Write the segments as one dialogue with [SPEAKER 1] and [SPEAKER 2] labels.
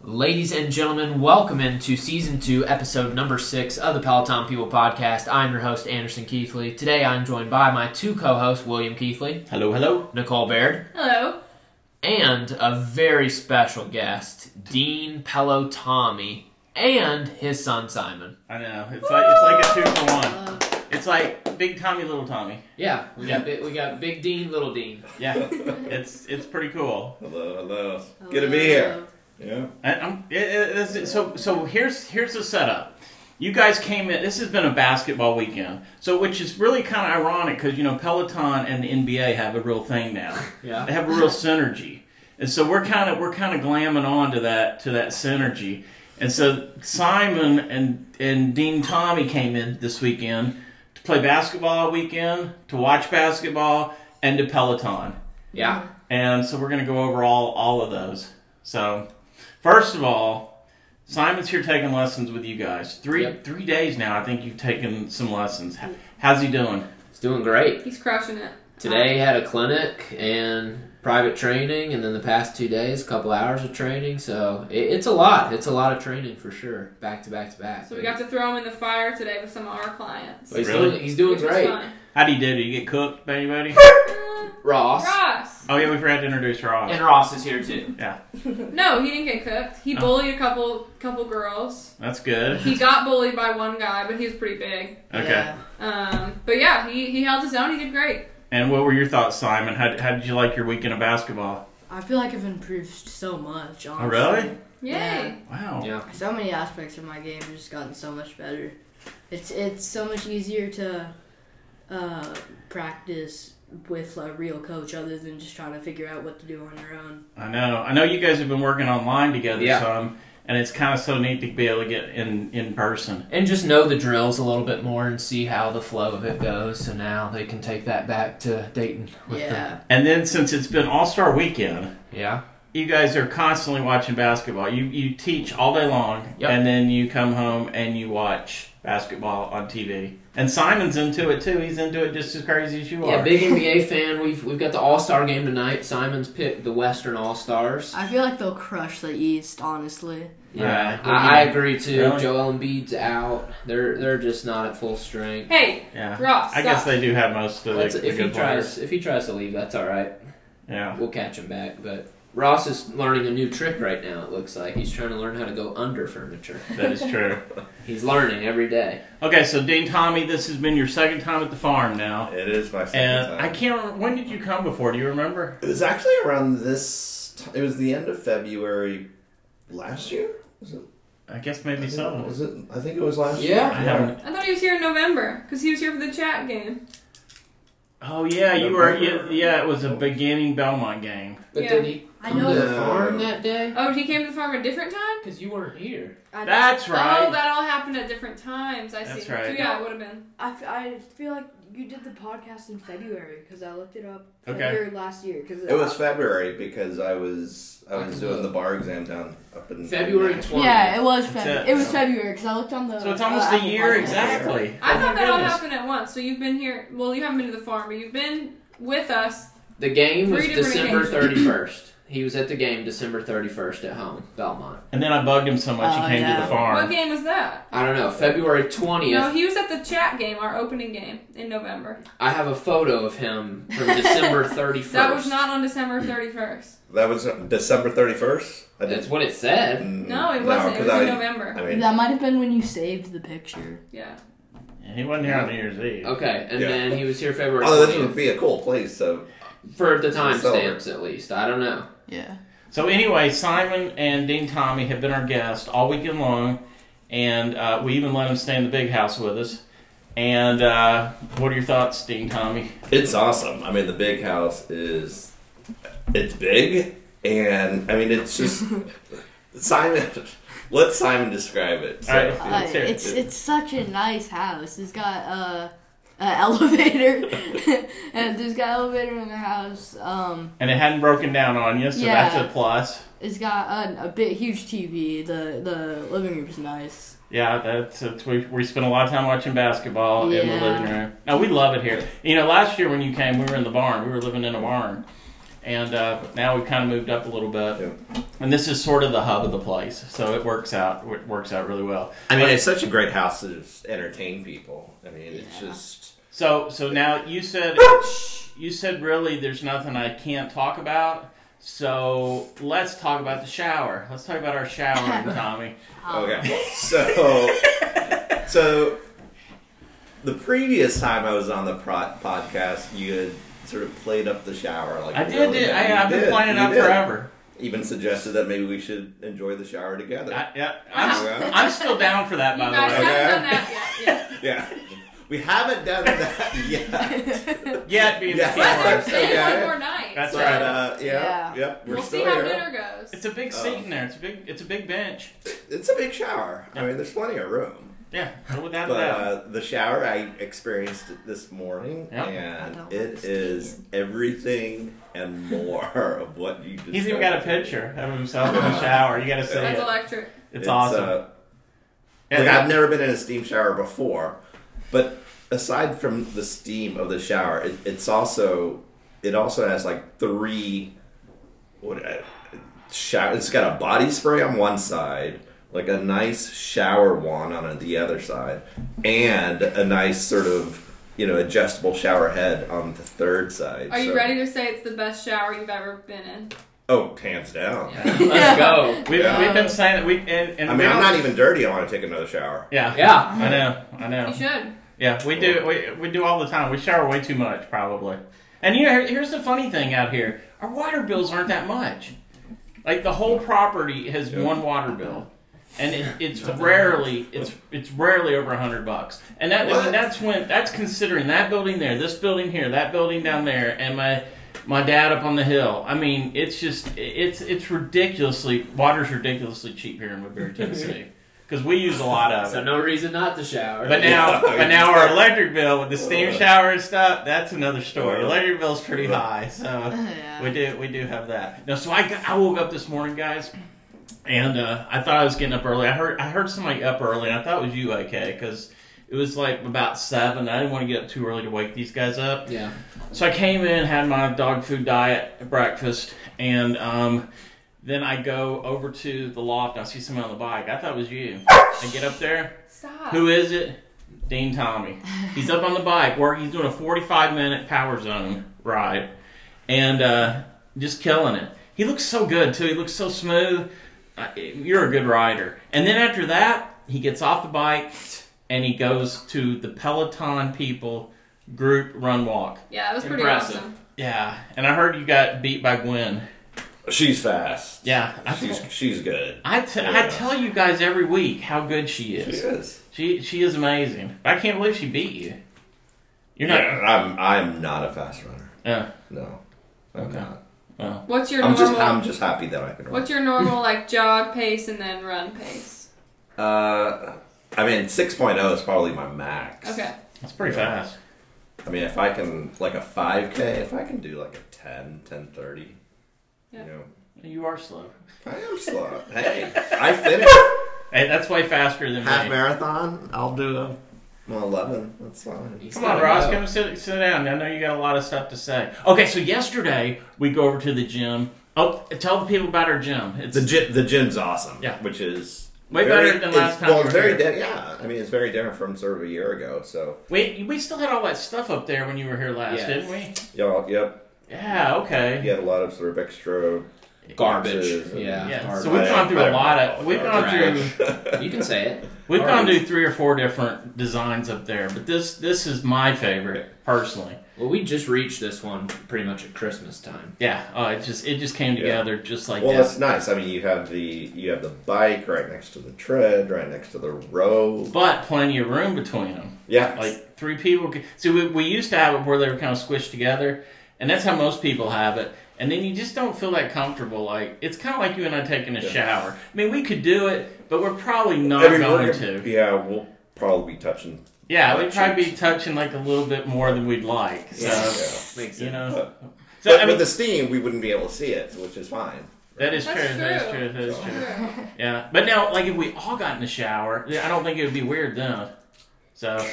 [SPEAKER 1] Ladies and gentlemen, welcome into season two, episode number six of the Peloton People podcast. I'm your host, Anderson Keithley. Today I'm joined by my two co hosts, William Keithley,
[SPEAKER 2] Hello, hello.
[SPEAKER 1] Nicole Baird,
[SPEAKER 3] Hello.
[SPEAKER 1] and a very special guest, Dean Pelotami, and his son Simon.
[SPEAKER 2] I know. It's like it's like a two for one. It's like big Tommy, little Tommy.
[SPEAKER 1] Yeah, we got bi- we got Big Dean, Little Dean.
[SPEAKER 2] Yeah, it's it's pretty cool.
[SPEAKER 4] Hello, hello. Good to be here. Yeah.
[SPEAKER 2] And I'm, it, it, this is- so so here's here's the setup. You guys came in. This has been a basketball weekend, so which is really kind of ironic because you know Peloton and the NBA have a real thing now.
[SPEAKER 1] Yeah.
[SPEAKER 2] They have a real synergy, and so we're kind of we're kind of glamming on to that to that synergy. And so Simon and and Dean Tommy came in this weekend to play basketball all weekend, to watch basketball, and to Peloton.
[SPEAKER 1] Yeah.
[SPEAKER 2] And so we're going to go over all all of those. So first of all, Simon's here taking lessons with you guys. Three
[SPEAKER 1] Yep.
[SPEAKER 2] three days now. I think you've taken some lessons. H- How's he doing?
[SPEAKER 1] It's doing great.
[SPEAKER 3] He's crushing it.
[SPEAKER 1] Today had a clinic and private training, and then the past two days, a couple hours of training. So it, it's a lot. It's a lot of training for sure. Back to back to back.
[SPEAKER 3] So we got to throw him in the fire today with some of our clients.
[SPEAKER 1] But he's
[SPEAKER 2] Really?
[SPEAKER 1] doing, he's doing
[SPEAKER 3] which was
[SPEAKER 1] great.
[SPEAKER 3] fun.
[SPEAKER 2] How do you do? Do you get cooked by anybody?
[SPEAKER 3] Uh,
[SPEAKER 1] Ross.
[SPEAKER 3] Ross.
[SPEAKER 2] Oh yeah, we forgot to introduce Ross.
[SPEAKER 1] And Ross is here too.
[SPEAKER 3] No, he didn't get cooked. He
[SPEAKER 2] Oh.
[SPEAKER 3] bullied a couple couple girls.
[SPEAKER 2] That's good.
[SPEAKER 3] He got bullied by one guy, but he was pretty big.
[SPEAKER 2] Okay.
[SPEAKER 3] Um, but yeah, he, he held his own. He did great.
[SPEAKER 2] And what were your thoughts, Simon? How, how did you like your weekend of basketball?
[SPEAKER 5] I feel like I've improved so much. Honestly.
[SPEAKER 2] Oh, really?
[SPEAKER 3] Yay.
[SPEAKER 5] Yeah.
[SPEAKER 2] Wow.
[SPEAKER 1] Yeah.
[SPEAKER 5] So many aspects of my game have just gotten so much better. It's it's so much easier to uh, practice with a real coach other than just trying to figure out what to do on your own.
[SPEAKER 2] I know. I know you guys have been working online together
[SPEAKER 1] Yeah.
[SPEAKER 2] some, and it's kind of so neat to be able to get in in person.
[SPEAKER 1] And just know the drills a little bit more and see how the flow of it goes. So now they can take that back to Dayton. With them.
[SPEAKER 5] Yeah.
[SPEAKER 2] And then since it's been All Star Weekend,
[SPEAKER 1] Yeah.
[SPEAKER 2] you guys are constantly watching basketball. You you teach all day long,
[SPEAKER 1] Yep.
[SPEAKER 2] and then you come home and you watch basketball on TV. And Simon's into it too. He's into it just as crazy as you
[SPEAKER 1] Yeah.
[SPEAKER 2] are.
[SPEAKER 1] Big NBA fan. We've we've got the All Star game tonight. Simon's picked the Western All Stars.
[SPEAKER 5] I feel like they'll crush the East. Honestly.
[SPEAKER 1] Yeah,
[SPEAKER 2] Alright.
[SPEAKER 1] I, I agree too.
[SPEAKER 2] Really?
[SPEAKER 1] Joel Embiid's out. They're they're just not at full strength.
[SPEAKER 3] Hey,
[SPEAKER 4] Uh,
[SPEAKER 2] yeah.
[SPEAKER 3] Ross.
[SPEAKER 2] I guess
[SPEAKER 3] stop.
[SPEAKER 2] they do have most of the,
[SPEAKER 1] That's-
[SPEAKER 2] the
[SPEAKER 1] if he
[SPEAKER 2] good players.
[SPEAKER 1] tries if he tries to leave, that's all right.
[SPEAKER 2] Yeah.
[SPEAKER 1] We'll catch him back. But Ross is learning a new trick right now. It looks like he's trying to learn how to go under furniture.
[SPEAKER 2] That is true.
[SPEAKER 1] He's learning every day.
[SPEAKER 2] Okay, so Dean Tommy, this has been your second time at the farm now,
[SPEAKER 4] It is my second
[SPEAKER 2] and
[SPEAKER 4] time.
[SPEAKER 2] I can't. remember When did you come before? Do you remember?
[SPEAKER 4] It was actually around this. T- it was the end of February last year. Was it?
[SPEAKER 2] I guess maybe
[SPEAKER 4] I think-
[SPEAKER 2] so.
[SPEAKER 4] Was it? I think it was last
[SPEAKER 1] Yeah.
[SPEAKER 4] year.
[SPEAKER 2] I haven't.
[SPEAKER 3] I thought he was here in November because he was here for the chat game.
[SPEAKER 2] Oh yeah, you were. Yeah, yeah, it was a beginning Belmont game.
[SPEAKER 1] But
[SPEAKER 3] Yeah.
[SPEAKER 1] did he
[SPEAKER 5] I
[SPEAKER 1] come
[SPEAKER 5] know.
[SPEAKER 1] to the
[SPEAKER 4] No.
[SPEAKER 1] farm that day?
[SPEAKER 3] Oh, he came to the farm a different time?
[SPEAKER 1] Because you weren't here.
[SPEAKER 5] I,
[SPEAKER 2] That's
[SPEAKER 3] Oh,
[SPEAKER 2] right.
[SPEAKER 3] that all happened at different times. I
[SPEAKER 2] That's
[SPEAKER 3] see.
[SPEAKER 2] right.
[SPEAKER 3] So yeah, it would have been.
[SPEAKER 5] I, f- I feel like you did the podcast in February because I looked it up
[SPEAKER 2] Okay.
[SPEAKER 5] February last year. Cause
[SPEAKER 4] It was February because I was I
[SPEAKER 1] I
[SPEAKER 4] was
[SPEAKER 1] can
[SPEAKER 4] doing
[SPEAKER 1] look.
[SPEAKER 4] the bar exam down up in
[SPEAKER 1] February
[SPEAKER 4] in-
[SPEAKER 1] 20th.
[SPEAKER 5] Yeah, it was
[SPEAKER 2] That's
[SPEAKER 5] February.
[SPEAKER 2] it.
[SPEAKER 5] It was February because I looked on the.
[SPEAKER 2] So it's almost
[SPEAKER 5] uh,
[SPEAKER 2] a year
[SPEAKER 5] Apple Podcast.
[SPEAKER 2] exactly.
[SPEAKER 3] I
[SPEAKER 2] Oh, my
[SPEAKER 3] thought that all
[SPEAKER 2] goodness.
[SPEAKER 3] happened at once. So you've been here. Well, you haven't been to the farm, but you've been with us.
[SPEAKER 1] The game was
[SPEAKER 3] Three different
[SPEAKER 1] December
[SPEAKER 3] games.
[SPEAKER 1] thirty first. He was at the game December thirty first at home, Belmont.
[SPEAKER 2] And then I bugged him so much
[SPEAKER 5] Oh,
[SPEAKER 2] he came to
[SPEAKER 5] yeah.
[SPEAKER 2] the
[SPEAKER 3] What
[SPEAKER 2] farm.
[SPEAKER 3] game was that?
[SPEAKER 1] I don't know. February twentieth.
[SPEAKER 3] No, he was at the chat game, our opening game in November.
[SPEAKER 1] I have a photo of him from December 31st.
[SPEAKER 3] That was not on December 31st.
[SPEAKER 4] That was uh, December thirty first. I
[SPEAKER 1] That's what it said.
[SPEAKER 4] Mm,
[SPEAKER 3] No, it wasn't. it
[SPEAKER 4] 'cause
[SPEAKER 3] was
[SPEAKER 4] I,
[SPEAKER 3] in November.
[SPEAKER 4] I mean,
[SPEAKER 5] That might have been when you saved the picture.
[SPEAKER 3] Yeah.
[SPEAKER 2] Yeah, He wasn't here on New Year's Eve.
[SPEAKER 1] Okay, and
[SPEAKER 4] Yeah.
[SPEAKER 1] then he was here February
[SPEAKER 2] Oh,
[SPEAKER 4] although this would
[SPEAKER 1] 20th.
[SPEAKER 4] be a cool place. So
[SPEAKER 1] For the
[SPEAKER 4] Celebrate.
[SPEAKER 1] timestamps, at least. I don't know.
[SPEAKER 5] Yeah.
[SPEAKER 2] So anyway, Simon and Dean Tommy have been our guests all weekend long, and uh, we even let them stay in the big house with us. And uh, what are your thoughts, Dean Tommy?
[SPEAKER 4] It's awesome. I mean, the big house is it's big, and I mean, it's just Simon. Let Simon describe it. So,
[SPEAKER 2] All right,
[SPEAKER 5] Uh,
[SPEAKER 2] let's hear it.
[SPEAKER 5] it's it's such a nice house. It's got uh, a elevator, and there's got elevator in the house. Um,
[SPEAKER 2] And it hadn't broken down on you, so
[SPEAKER 5] Yeah.
[SPEAKER 2] that's a plus.
[SPEAKER 5] it's got a, a big huge TV. The the living room's nice.
[SPEAKER 2] Yeah, that's, that's we, we spent a lot of time watching basketball in the
[SPEAKER 5] Yeah.
[SPEAKER 2] living room. No, we love it here. You know, last year when you came, we were in the barn. We were living in a barn, and uh, now we've kind of moved up a little bit. And this is sort of the hub of the place, so it works out. It works out really well.
[SPEAKER 4] I mean,
[SPEAKER 2] But-
[SPEAKER 4] it's such a great house to just entertain people. I mean, it's
[SPEAKER 5] Yeah.
[SPEAKER 4] just
[SPEAKER 2] So so now you said you said really there's nothing I can't talk about. So let's talk about the shower. Let's talk about our shower, Tommy.
[SPEAKER 5] Um.
[SPEAKER 4] okay. So, so the previous time I was on the pro- podcast, you had sort of played up the shower. Like
[SPEAKER 2] I did.
[SPEAKER 4] really
[SPEAKER 2] did I,
[SPEAKER 4] bad.
[SPEAKER 2] I've
[SPEAKER 4] You
[SPEAKER 2] been
[SPEAKER 4] did.
[SPEAKER 2] planning
[SPEAKER 4] You
[SPEAKER 2] out
[SPEAKER 4] did.
[SPEAKER 2] forever.
[SPEAKER 4] Even suggested that maybe we should enjoy the shower together.
[SPEAKER 2] I, yeah, I'm,
[SPEAKER 4] Okay.
[SPEAKER 2] I'm still down for that.
[SPEAKER 3] You
[SPEAKER 2] By the
[SPEAKER 3] guys
[SPEAKER 2] way,
[SPEAKER 4] Okay.
[SPEAKER 3] haven't done that yet. Yeah.
[SPEAKER 4] yeah, we haven't done that yet.
[SPEAKER 2] yeah, being the
[SPEAKER 4] Yeah.
[SPEAKER 2] key word.
[SPEAKER 3] But
[SPEAKER 4] so
[SPEAKER 3] there's
[SPEAKER 4] yeah.
[SPEAKER 3] one more night.
[SPEAKER 2] That's
[SPEAKER 4] but,
[SPEAKER 3] so
[SPEAKER 2] right.
[SPEAKER 4] Uh, yeah,
[SPEAKER 5] Yeah.
[SPEAKER 4] yep. We're
[SPEAKER 3] We'll see
[SPEAKER 4] still
[SPEAKER 3] how
[SPEAKER 4] here.
[SPEAKER 3] dinner goes.
[SPEAKER 2] It's a big
[SPEAKER 4] Oh.
[SPEAKER 2] seat in there. It's a big. It's a big bench.
[SPEAKER 4] It's a big shower. I mean, there's plenty of room.
[SPEAKER 2] Yeah, without a
[SPEAKER 4] But
[SPEAKER 2] doubt.
[SPEAKER 4] uh, the shower I experienced it this morning,
[SPEAKER 2] Yeah.
[SPEAKER 5] I don't
[SPEAKER 4] and it
[SPEAKER 5] understand.
[SPEAKER 4] is everything and more of what you.
[SPEAKER 2] He's even got a
[SPEAKER 4] described.
[SPEAKER 2] picture of himself in the shower. You got to see
[SPEAKER 3] That's
[SPEAKER 2] it.
[SPEAKER 3] electric.
[SPEAKER 2] It's awesome.
[SPEAKER 4] uh,
[SPEAKER 2] Yeah,
[SPEAKER 4] like
[SPEAKER 2] yeah.
[SPEAKER 4] I've never been in a steam shower before, but aside from the steam of the shower, it, it's also it also has like three what uh, shower. It's got a body spray on one side, like a nice shower wand on the other side, and a nice sort of you know adjustable shower head on the third side.
[SPEAKER 3] Are you
[SPEAKER 4] So-
[SPEAKER 3] ready to say it's the best shower you've ever been in?
[SPEAKER 4] Oh, hands down.
[SPEAKER 1] Let's go.
[SPEAKER 2] We've,
[SPEAKER 4] Yeah.
[SPEAKER 2] we've been saying that we and, and
[SPEAKER 4] I
[SPEAKER 2] we
[SPEAKER 4] mean, I'm
[SPEAKER 2] don't-
[SPEAKER 4] not even dirty. I want to take another shower.
[SPEAKER 2] Yeah,
[SPEAKER 1] Yeah.
[SPEAKER 2] I know, I know.
[SPEAKER 3] You should.
[SPEAKER 2] Yeah, we do. We, we do all the time. We shower way too much, probably. And you know, here's the funny thing out here: our water bills aren't that much. Like the whole property has
[SPEAKER 4] Yeah.
[SPEAKER 2] one water bill, and it, it's rarely it's it's rarely over a hundred bucks. And that I mean,
[SPEAKER 4] What?
[SPEAKER 2] that's when that's considering that building there, this building here, that building down there, and my my dad up on the hill. I mean, it's just it's it's ridiculously water's ridiculously cheap here in Woodbury, Tennessee, because we use a lot of it.
[SPEAKER 1] So no reason not to shower.
[SPEAKER 2] But now,
[SPEAKER 4] Yeah.
[SPEAKER 2] but now our electric bill with the steam shower and stuff, that's another story. Electric bill's pretty high, so we
[SPEAKER 5] yeah.
[SPEAKER 2] do we do have that. No, so I got, I woke up this morning, guys, and uh, I thought I was getting up early. I heard I heard somebody up early, and I thought it was you, okay, because it was like about seven. I didn't want to get up too early to wake these guys up.
[SPEAKER 1] yeah.
[SPEAKER 2] So I came in, had my dog food diet at breakfast, and um, then I go over to the loft. And I see somebody on the bike. I thought it was you. I get up there.
[SPEAKER 3] Stop.
[SPEAKER 2] Who is it? Dean Tommy. He's up on the bike. Work. He's doing a 45 minute power zone ride, and uh, just killing it. He looks so good too. He looks so smooth. Uh, you're a good rider. And then after that, he gets off the bike and he goes to the Peloton people group run walk.
[SPEAKER 3] Yeah, that was pretty
[SPEAKER 1] Impressive.
[SPEAKER 3] awesome.
[SPEAKER 2] Yeah, and I heard you got beat by Gwen.
[SPEAKER 4] She's fast.
[SPEAKER 2] Yeah, I,
[SPEAKER 4] She's she's good.
[SPEAKER 2] I, t- I tell you guys every week how good she
[SPEAKER 4] She
[SPEAKER 2] is.
[SPEAKER 4] is.
[SPEAKER 2] She she is amazing. I can't believe she beat you. You're not.
[SPEAKER 4] Yeah, I'm I'm not a fast runner.
[SPEAKER 2] Yeah.
[SPEAKER 4] No. I'm
[SPEAKER 2] Okay.
[SPEAKER 4] not.
[SPEAKER 3] What's your
[SPEAKER 4] I'm
[SPEAKER 3] normal?
[SPEAKER 4] just I'm just happy that I can run.
[SPEAKER 3] what's your normal like jog pace and then run pace?
[SPEAKER 4] Uh I mean 6.0 is probably my max.
[SPEAKER 3] Okay.
[SPEAKER 2] That's pretty
[SPEAKER 4] Yeah.
[SPEAKER 2] fast.
[SPEAKER 4] I mean if I can like a 5k, if I can do like a 10, 10:30,
[SPEAKER 3] Yeah.
[SPEAKER 4] you know.
[SPEAKER 2] You are slow.
[SPEAKER 4] I am slow. hey, I finished
[SPEAKER 2] Hey, that's way faster than
[SPEAKER 4] half
[SPEAKER 2] me.
[SPEAKER 4] marathon. I'll do a well, 11. That's fine.
[SPEAKER 1] He's
[SPEAKER 2] Come on,
[SPEAKER 1] gotta
[SPEAKER 2] Ross,
[SPEAKER 1] go.
[SPEAKER 2] come sit, sit down. I know you got a lot of stuff to say. Okay, so yesterday we go over to the gym. Oh, tell the people about our gym. It's
[SPEAKER 4] The gym, the gym's awesome.
[SPEAKER 2] Yeah.
[SPEAKER 4] which is
[SPEAKER 2] Way better than
[SPEAKER 4] it's-
[SPEAKER 2] last time
[SPEAKER 4] Well,
[SPEAKER 2] we
[SPEAKER 4] it's
[SPEAKER 2] were
[SPEAKER 4] very
[SPEAKER 2] here.
[SPEAKER 4] di- yeah. I mean, it's very different from sort of a year ago. So
[SPEAKER 2] we we still had all that stuff up there when you were here last,
[SPEAKER 1] Yes.
[SPEAKER 2] didn't we?
[SPEAKER 4] y'all, yep,
[SPEAKER 2] Yeah. Okay.
[SPEAKER 4] you had a lot of extra
[SPEAKER 1] Garbage.
[SPEAKER 4] Boxes and-
[SPEAKER 1] Yeah.
[SPEAKER 2] Yeah,
[SPEAKER 1] Garbage.
[SPEAKER 2] so we've gone through a lot of- we've
[SPEAKER 1] gone
[SPEAKER 4] through.
[SPEAKER 1] you can say it.
[SPEAKER 2] We've
[SPEAKER 1] Alright.
[SPEAKER 2] gone through three or four different designs up there, but this this is my favorite personally.
[SPEAKER 1] Well, we just reached this one pretty much at Christmas time.
[SPEAKER 2] Yeah, uh, it just it just came
[SPEAKER 4] Yeah.
[SPEAKER 2] together just like
[SPEAKER 4] Well,
[SPEAKER 2] that.
[SPEAKER 4] that's nice. I mean, you have the you have the bike right next to the tread, right next to the row.
[SPEAKER 2] But plenty of room between them.
[SPEAKER 4] Yeah,
[SPEAKER 2] like three people. could- See, we, we used to have it where they were kind of squished together, and that's how most people have it. And then you just don't feel that comfortable. Like it's kind of like you and I taking a
[SPEAKER 4] Yeah.
[SPEAKER 2] shower. I mean, we could do it, but we're probably not
[SPEAKER 4] I mean, we're
[SPEAKER 2] going
[SPEAKER 4] gonna-
[SPEAKER 2] to.
[SPEAKER 4] Yeah, we'll probably be touching.
[SPEAKER 2] Yeah,
[SPEAKER 4] Uh,
[SPEAKER 2] we'd probably be
[SPEAKER 4] cheeks.
[SPEAKER 2] touching like a little bit more than we'd like. So
[SPEAKER 4] Yeah.
[SPEAKER 1] Makes
[SPEAKER 2] you
[SPEAKER 4] But,
[SPEAKER 2] know, so
[SPEAKER 4] but
[SPEAKER 2] I mean,
[SPEAKER 4] with the steam, we wouldn't be able to see it, which is fine.
[SPEAKER 2] that is true.
[SPEAKER 3] That's
[SPEAKER 2] That is
[SPEAKER 3] true.
[SPEAKER 2] true. That is
[SPEAKER 4] So-
[SPEAKER 2] true.
[SPEAKER 3] True.
[SPEAKER 2] Yeah, but now, like if we all got in the shower, yeah, I don't think it would be weird then. So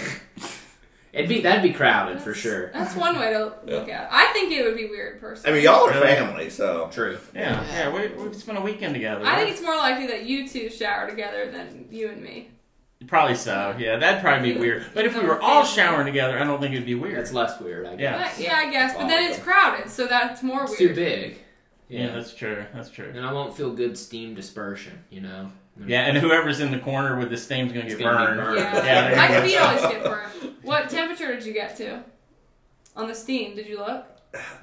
[SPEAKER 1] It'd be that'd be crowded for
[SPEAKER 3] That's-
[SPEAKER 1] sure.
[SPEAKER 3] That's one way to look at. it. I think it would be weird
[SPEAKER 4] I
[SPEAKER 3] personally.
[SPEAKER 4] mean, y'all are
[SPEAKER 2] Really?
[SPEAKER 4] family, so
[SPEAKER 1] True.
[SPEAKER 2] Yeah, yeah. We, we've spent a weekend together.
[SPEAKER 3] I think
[SPEAKER 2] Right?
[SPEAKER 3] it's more likely that you two shower together than you and me.
[SPEAKER 2] Probably so. Yeah, that'd probably be weird. But if we were all showering together, I don't think it'd be weird.
[SPEAKER 1] That's less weird, I
[SPEAKER 2] Yeah.
[SPEAKER 1] guess.
[SPEAKER 3] But, yeah, I guess. But then it's crowded, so that's more
[SPEAKER 1] It's
[SPEAKER 3] weird.
[SPEAKER 1] too big.
[SPEAKER 2] Yeah,
[SPEAKER 1] Yeah.
[SPEAKER 2] that's true. That's true.
[SPEAKER 1] And I won't feel good steam dispersion, you know?
[SPEAKER 2] Yeah, and whoever's in the corner with this steam's gonna
[SPEAKER 1] It's
[SPEAKER 2] get
[SPEAKER 1] gonna be
[SPEAKER 2] burned.
[SPEAKER 1] burned.
[SPEAKER 3] Yeah,
[SPEAKER 2] Yeah, there you
[SPEAKER 3] I could
[SPEAKER 2] go.
[SPEAKER 3] be always get burned. What temperature did you get to on the steam? Did you look?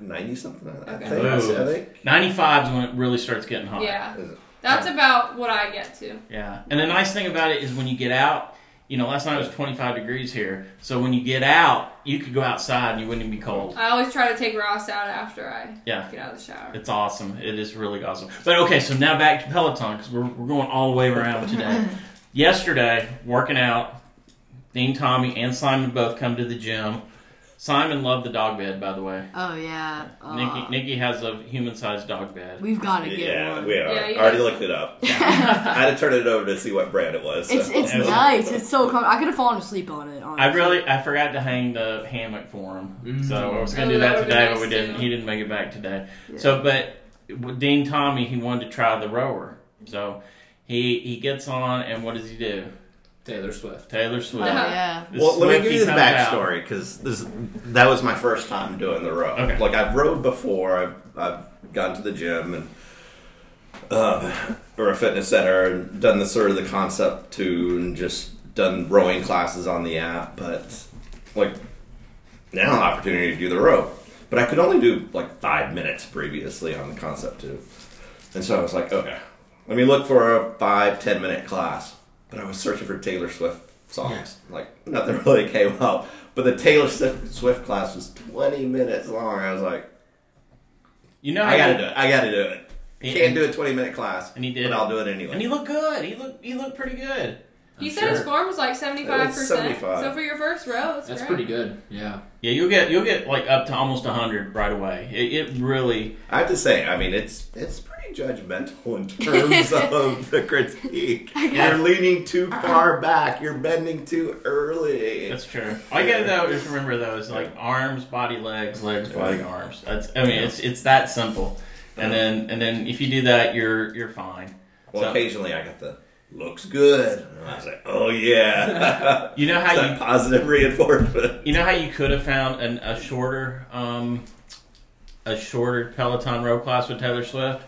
[SPEAKER 4] ninety something. I
[SPEAKER 3] Okay.
[SPEAKER 4] think. I
[SPEAKER 2] Ooh.
[SPEAKER 4] think.
[SPEAKER 2] 95 is when it really starts getting
[SPEAKER 1] Oh,
[SPEAKER 2] hot.
[SPEAKER 3] Yeah,
[SPEAKER 4] Is it-
[SPEAKER 3] that's about what I get to.
[SPEAKER 2] Yeah. And the nice thing about it is when you get out, you know, last night it was 25 degrees here. So when you get out, you could go outside and you wouldn't even be cold.
[SPEAKER 3] I always try to take Ross out after I
[SPEAKER 2] Yeah.
[SPEAKER 3] get out of the shower.
[SPEAKER 2] It's awesome. It is really awesome. But okay, so now back to Peloton because we're, we're going all the way around today. Yesterday, working out, Dean, Tommy, and Simon both come to the gym. Simon loved the dog bed, by the way.
[SPEAKER 5] Oh yeah. Uh,
[SPEAKER 2] Nikki, Nikki has a human-sized dog bed.
[SPEAKER 5] We've got to get
[SPEAKER 4] Yeah,
[SPEAKER 5] one.
[SPEAKER 4] we are.
[SPEAKER 3] Yeah, you
[SPEAKER 4] I already
[SPEAKER 3] guys-
[SPEAKER 4] looked it up. I had to turn it over to see what brand it was. so.
[SPEAKER 5] It's it's
[SPEAKER 2] Yeah.
[SPEAKER 5] nice. It's so comfortable. I could have fallen asleep on it. Honestly.
[SPEAKER 2] I really I forgot to hang the hammock for him,
[SPEAKER 1] Mm.
[SPEAKER 2] so I was gonna
[SPEAKER 3] Oh,
[SPEAKER 2] do
[SPEAKER 3] that
[SPEAKER 2] that
[SPEAKER 3] would've
[SPEAKER 2] today,
[SPEAKER 3] been
[SPEAKER 2] but we
[SPEAKER 3] nice,
[SPEAKER 2] didn't.
[SPEAKER 3] too.
[SPEAKER 2] He didn't make it back today.
[SPEAKER 5] Yeah.
[SPEAKER 2] So, but with Dean Tommy, he wanted to try the rower, so he he gets on, and what does he do?
[SPEAKER 1] Taylor Swift.
[SPEAKER 2] Taylor
[SPEAKER 5] Oh
[SPEAKER 2] Swift.
[SPEAKER 5] yeah.
[SPEAKER 2] The
[SPEAKER 4] Well, let me
[SPEAKER 2] Swiftie
[SPEAKER 4] give you the
[SPEAKER 2] comes out.
[SPEAKER 4] backstory because this that was my first time doing the row.
[SPEAKER 2] Okay.
[SPEAKER 4] Like I've rowed before. I've I've gone to the gym and um, or a fitness center and done the sort of the concept too, and just done rowing classes on the app. But like now, an opportunity to do the row. But I could only do like five minutes previously on the concept too, and so I was like, okay, let me look for a five ten minute class. But I was searching for Taylor Swift songs. Like nothing really came up. But the Taylor Swift Swift class was 20 minutes long. I was like,
[SPEAKER 2] You know,
[SPEAKER 4] I
[SPEAKER 2] how
[SPEAKER 4] gotta
[SPEAKER 2] he-
[SPEAKER 4] do it. I gotta do it.
[SPEAKER 2] He-
[SPEAKER 4] Can't do a 20 minute class.
[SPEAKER 2] And he did.
[SPEAKER 4] But I'll do it
[SPEAKER 2] And
[SPEAKER 4] anyway.
[SPEAKER 2] he looked good. He looked he looked pretty good.
[SPEAKER 3] You
[SPEAKER 1] I'm
[SPEAKER 3] said his
[SPEAKER 1] sure.
[SPEAKER 3] form was like seventy five percent.
[SPEAKER 4] 75.
[SPEAKER 3] So for your first row, it's
[SPEAKER 1] That's
[SPEAKER 3] great.
[SPEAKER 1] pretty good. Yeah.
[SPEAKER 2] Yeah, you'll get you'll get like up to almost hundred right away. It, it really
[SPEAKER 4] I have to say, I mean, it's it's pretty judgmental in terms of the critique. You're leaning too far back. You're bending too early.
[SPEAKER 2] Uh-uh. that's true. I get though just remember though is like arms, body, legs, legs, body, arms. That's I mean it's it's that simple. And then and then if you do that you're you're fine.
[SPEAKER 4] well,
[SPEAKER 2] So-
[SPEAKER 4] occasionally I got the looks good. And I was like, oh yeah,
[SPEAKER 2] You know
[SPEAKER 4] It's
[SPEAKER 2] how
[SPEAKER 4] that
[SPEAKER 2] you
[SPEAKER 4] positive reinforcement.
[SPEAKER 2] you know how you could have found an, a shorter um a shorter Peloton row class with Taylor Swift?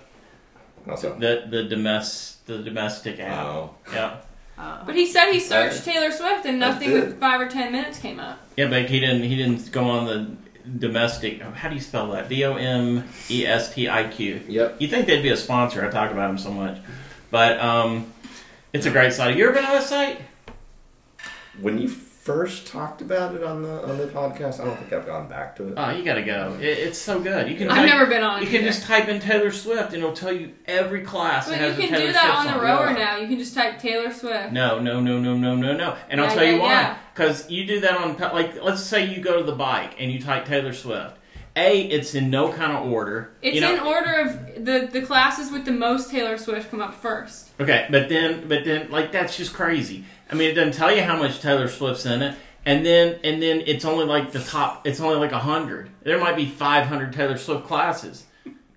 [SPEAKER 4] Also, um,
[SPEAKER 2] The the domestic the domestic app.
[SPEAKER 4] wow.
[SPEAKER 2] Yeah.
[SPEAKER 3] But he said he searched Taylor Swift and nothing
[SPEAKER 4] did.
[SPEAKER 3] with five or ten minutes came up.
[SPEAKER 2] Yeah, but he didn't. He didn't go on the domestic. How do you spell that? D O M E S T I Q.
[SPEAKER 1] Yep.
[SPEAKER 2] You think they'd be a sponsor? I talk about them so much, but um, it's a great site. Have you ever been on that site?
[SPEAKER 4] when you first talked about it on the on the podcast, I don't think I've gone back to it.
[SPEAKER 2] Oh, you gotta go. It, it's so good. You can.
[SPEAKER 3] I've
[SPEAKER 2] type-
[SPEAKER 3] never been on.
[SPEAKER 2] You
[SPEAKER 3] it
[SPEAKER 2] can
[SPEAKER 3] either.
[SPEAKER 2] just type in Taylor Swift, and it'll tell you every class
[SPEAKER 3] But
[SPEAKER 2] that
[SPEAKER 3] you
[SPEAKER 2] has a
[SPEAKER 3] can
[SPEAKER 2] Taylor
[SPEAKER 3] do that
[SPEAKER 2] Swift
[SPEAKER 3] on
[SPEAKER 2] song.
[SPEAKER 3] the rower now. You can just type Taylor Swift.
[SPEAKER 2] No, no, no, no, no, no, no. And I'll
[SPEAKER 3] Yeah,
[SPEAKER 2] tell you
[SPEAKER 3] yeah,
[SPEAKER 2] why.
[SPEAKER 3] yeah.
[SPEAKER 2] Because you do that on, like, let's say you go to the bike and you type Taylor Swift. A, it's in no kind of order.
[SPEAKER 3] It's
[SPEAKER 2] you know,
[SPEAKER 3] in order of the the classes with the most Taylor Swift come up first.
[SPEAKER 2] Okay, but then, but then, like that's just crazy. I mean, it doesn't tell you how much Taylor Swift's in it, and then, and then it's only like the top. It's only like hundred. There might be five hundred Taylor Swift classes.